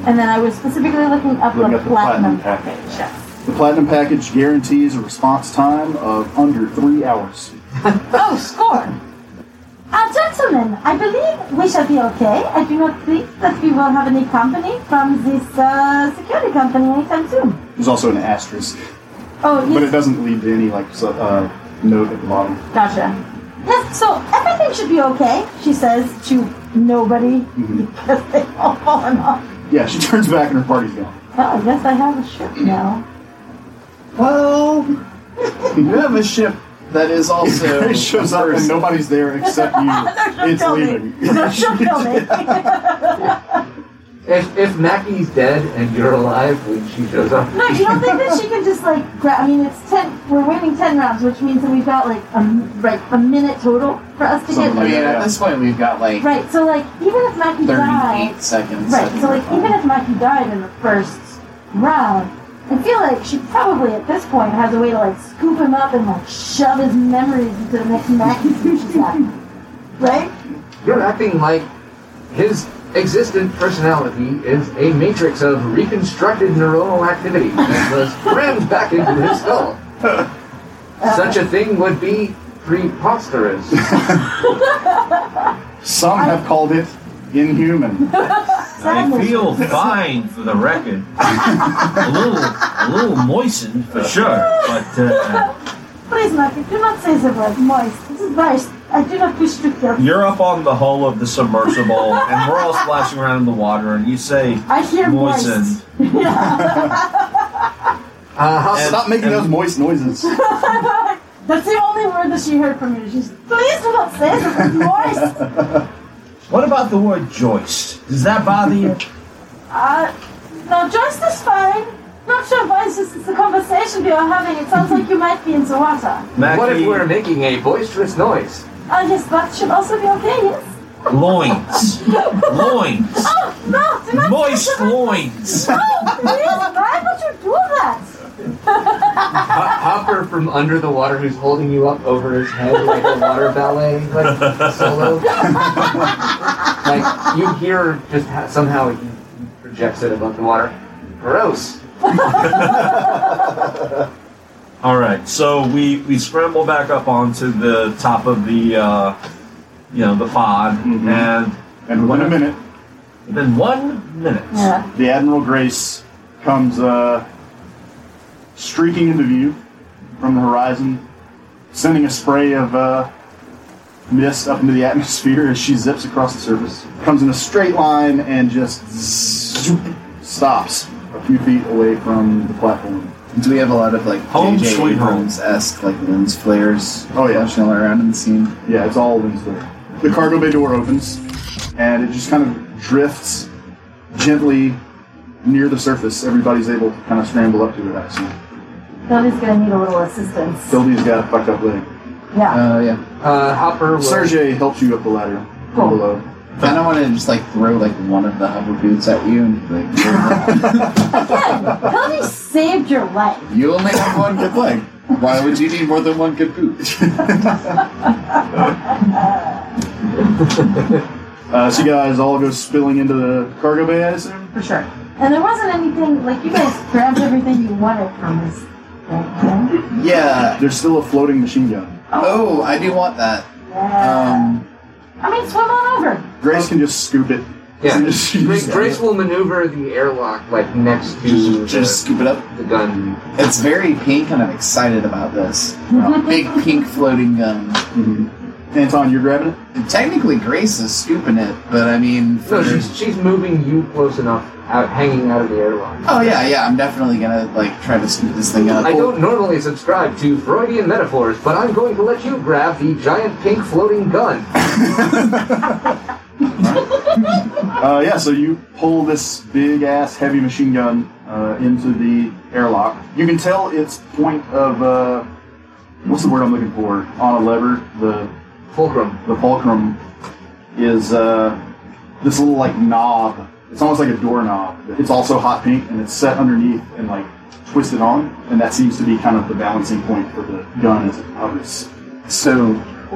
And then I was specifically looking up Looking the, at the platinum platinum, package. package. Yes. The platinum package guarantees a response time of under three hours. Oh, score. Uh, gentlemen, I believe we shall be okay. I do not think that we will have any company from this uh, security company anytime soon. There's also an asterisk, Oh, yes. but it doesn't lead to any like so, uh, note at the bottom. Gotcha. Yes, so everything should be okay, she says to nobody Mm-hmm. because they all fallen off. Yeah, she turns back and her party's gone. Well, I guess I have a ship now. Well, you have a ship that is also. It shows up and nobody's there except you. it's kill me. leaving. No ship building. If if Maggie's dead and you're alive when she shows up, no, you don't think that she can just like grab? I mean, it's ten. We're waiting ten rounds, which means that we've got like a m- right a minute total for us to Something get. I mean, like at this point, we've got like Right. So like, even if Mackie 38 died, seconds. right. So like, even if Mackie died in the first round. I feel like she probably at this point has a way to like scoop him up and like shove his memories into the next Mackie she's got. Right? you're acting like his existent personality is a matrix of reconstructed neuronal activity that was crammed back into his skull. Such a thing would be preposterous. Uh, Some have called it inhuman. I feel fine for the record. a little, a little moistened for sure, but uh, Please, Mackie, do not say the word moist. This is vice. I do not wish to kill. you're up on the hull of the submersible, and we're all splashing around in the water, and you say I hear moist. moistened. Uh, how Stop making those moist noises. That's the only word that she heard from me. She's please do not say the word moist. What about the word joist? Does that bother you? Uh, no, Joyce is fine. Not sure why it's just it's the conversation we are having. It sounds like you might be in the water. Mackie, what if we're making a boisterous noise? Oh yes, that should also be okay, yes? loins? Loins. Oh no, do not Moist loins. No, please, why would you do that? Ho- Hopper from under the water who's holding you up over his head like a water ballet like solo. like you hear just ha- somehow he he projects it above the water. Gross. All right, so we we scramble back up onto the top of the uh, you know the pod, Mhm. Mm-hmm. and And within a minute, within one minute, Yeah. the Admiral Grace comes uh, streaking into view from the horizon, sending a spray of uh, mist up into the atmosphere as she zips across the surface. Comes in a straight line and just zoop, stops a few feet away from the platform. Do we have a lot of like Home J.J. sweet home. Abrams esque like lens flares? Oh, yeah. flashing all around in the scene. Yeah, it's all Winslow. The cargo bay door opens, and it just kind of drifts gently near the surface. Everybody's able to kind of scramble up to it, I assume. Billy's gonna need a little assistance. Philby's got a fucked up leg. Yeah. Oh yeah. Uh, Hopper will Sergey helps you up the ladder from Cool. below. Kind of want to just like throw like one of the hover boots at you and be like, Cody saved your life. you only have one good leg. Why would you need more than one good boot? Uh, so you guys all go spilling into the cargo bay, I assume? For sure. And there wasn't anything, like, you guys grabbed everything you wanted from this thing. yeah. There's still a floating machine gun. Oh, I do want that. Yeah. Um, I mean, swim on over. Grace can just scoop it. Yeah. Just use Grace, it. Grace will maneuver the airlock like next to just, the, just scoop it up. the gun. It's very pink, and I'm excited about this. Big pink floating gun. Mhm. Anton, you're grabbing it? And technically, Grace is scooping it, but I mean, No, for- she's she's moving you close enough, out hanging out of the airlock. oh yeah, yeah, I'm definitely gonna like try to scoop this thing up. I don't normally subscribe to Freudian metaphors, but I'm going to let you grab the giant pink floating gun. Uh, yeah, so you pull this big ass heavy machine gun uh, into the airlock. You can tell its point of uh, what's the word I'm looking for on a lever. The Fulcrum. the fulcrum is uh, this little like knob. It's almost like a doorknob. It's also hot pink and it's set underneath and like twisted on, and that seems to be kind of the balancing point for the gun as it hovers. So,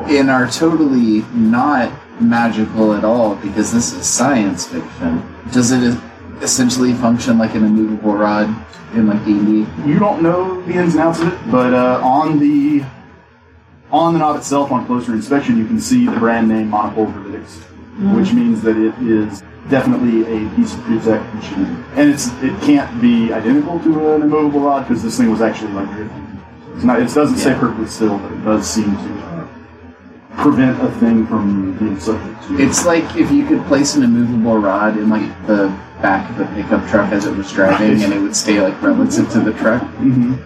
in our totally not magical at all, because this is science fiction, does it essentially function like an immovable rod in like D&D? You don't know the ins and outs of it, but uh, on the on the knob itself, on closer inspection, you can see the brand name Monopole Verdicts, Mm-hmm. which means that it is definitely a piece of pre-tech machine, and it's it can't be identical to an immovable rod because this thing was actually like driven. It's not, it doesn't say Yeah. perfectly still, but it does seem to uh, prevent a thing from being subject to. It's like if you could place an immovable rod in like the back of a pickup truck as it was driving, and it would stay like relative to the truck. Mhm.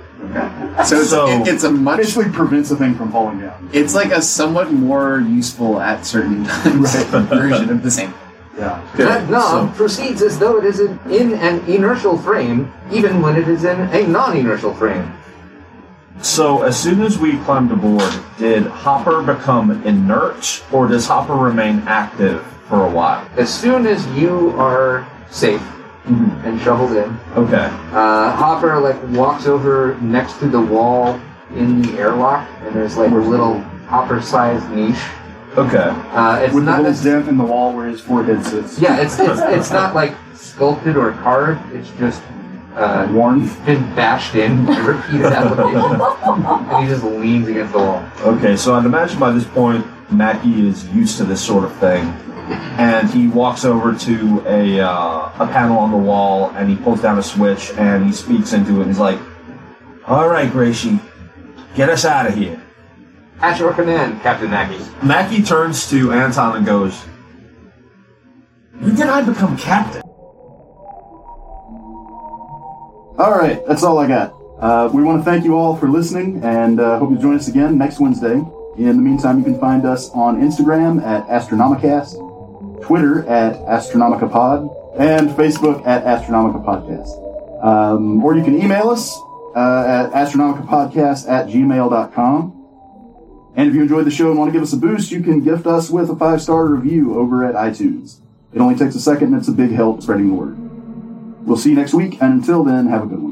So, it's, So- it, it's a much. basically prevents a thing from falling down. It's like a somewhat more useful at certain times version of the same. Yeah. that knob proceeds as though it is in, in an inertial frame, even when it is in a non-inertial frame. So as soon as we climbed aboard, did Hopper become inert, or does Hopper remain active for a while? As soon as you are safe and shoveled in, Okay. uh, Hopper like walks over next to the wall in the airlock, and there's like a little Hopper-sized niche. Okay. Uh, it's With the not little necess- dent in the wall where his forehead sits. yeah, it's, it's it's not like sculpted or carved. It's just uh, Worn. been bashed in by repeated application, and he just leans against the wall. Okay, so I'd imagine by this point, Mackie is used to this sort of thing, and he walks over to a uh, a panel on the wall, and he pulls down a switch, and he speaks into it, and he's like, "All right, Gracie, get us out of here." At your command, Captain Mackey. Mackie turns to Anton and goes, "When did I become captain?" All right, that's all I got. Uh, we want to thank you all for listening and uh, hope you join us again next Wednesday. In the meantime, you can find us on Instagram at Astronomicast, Twitter at Astronomicapod, and Facebook at Astronomicapodcast. Um, or you can email us uh, at astronomicapodcast at gmail.com. And if you enjoyed the show and want to give us a boost, you can gift us with a five star review over at iTunes. It only takes a second and it's a big help spreading the word. We'll see you next week, and until then, have a good one.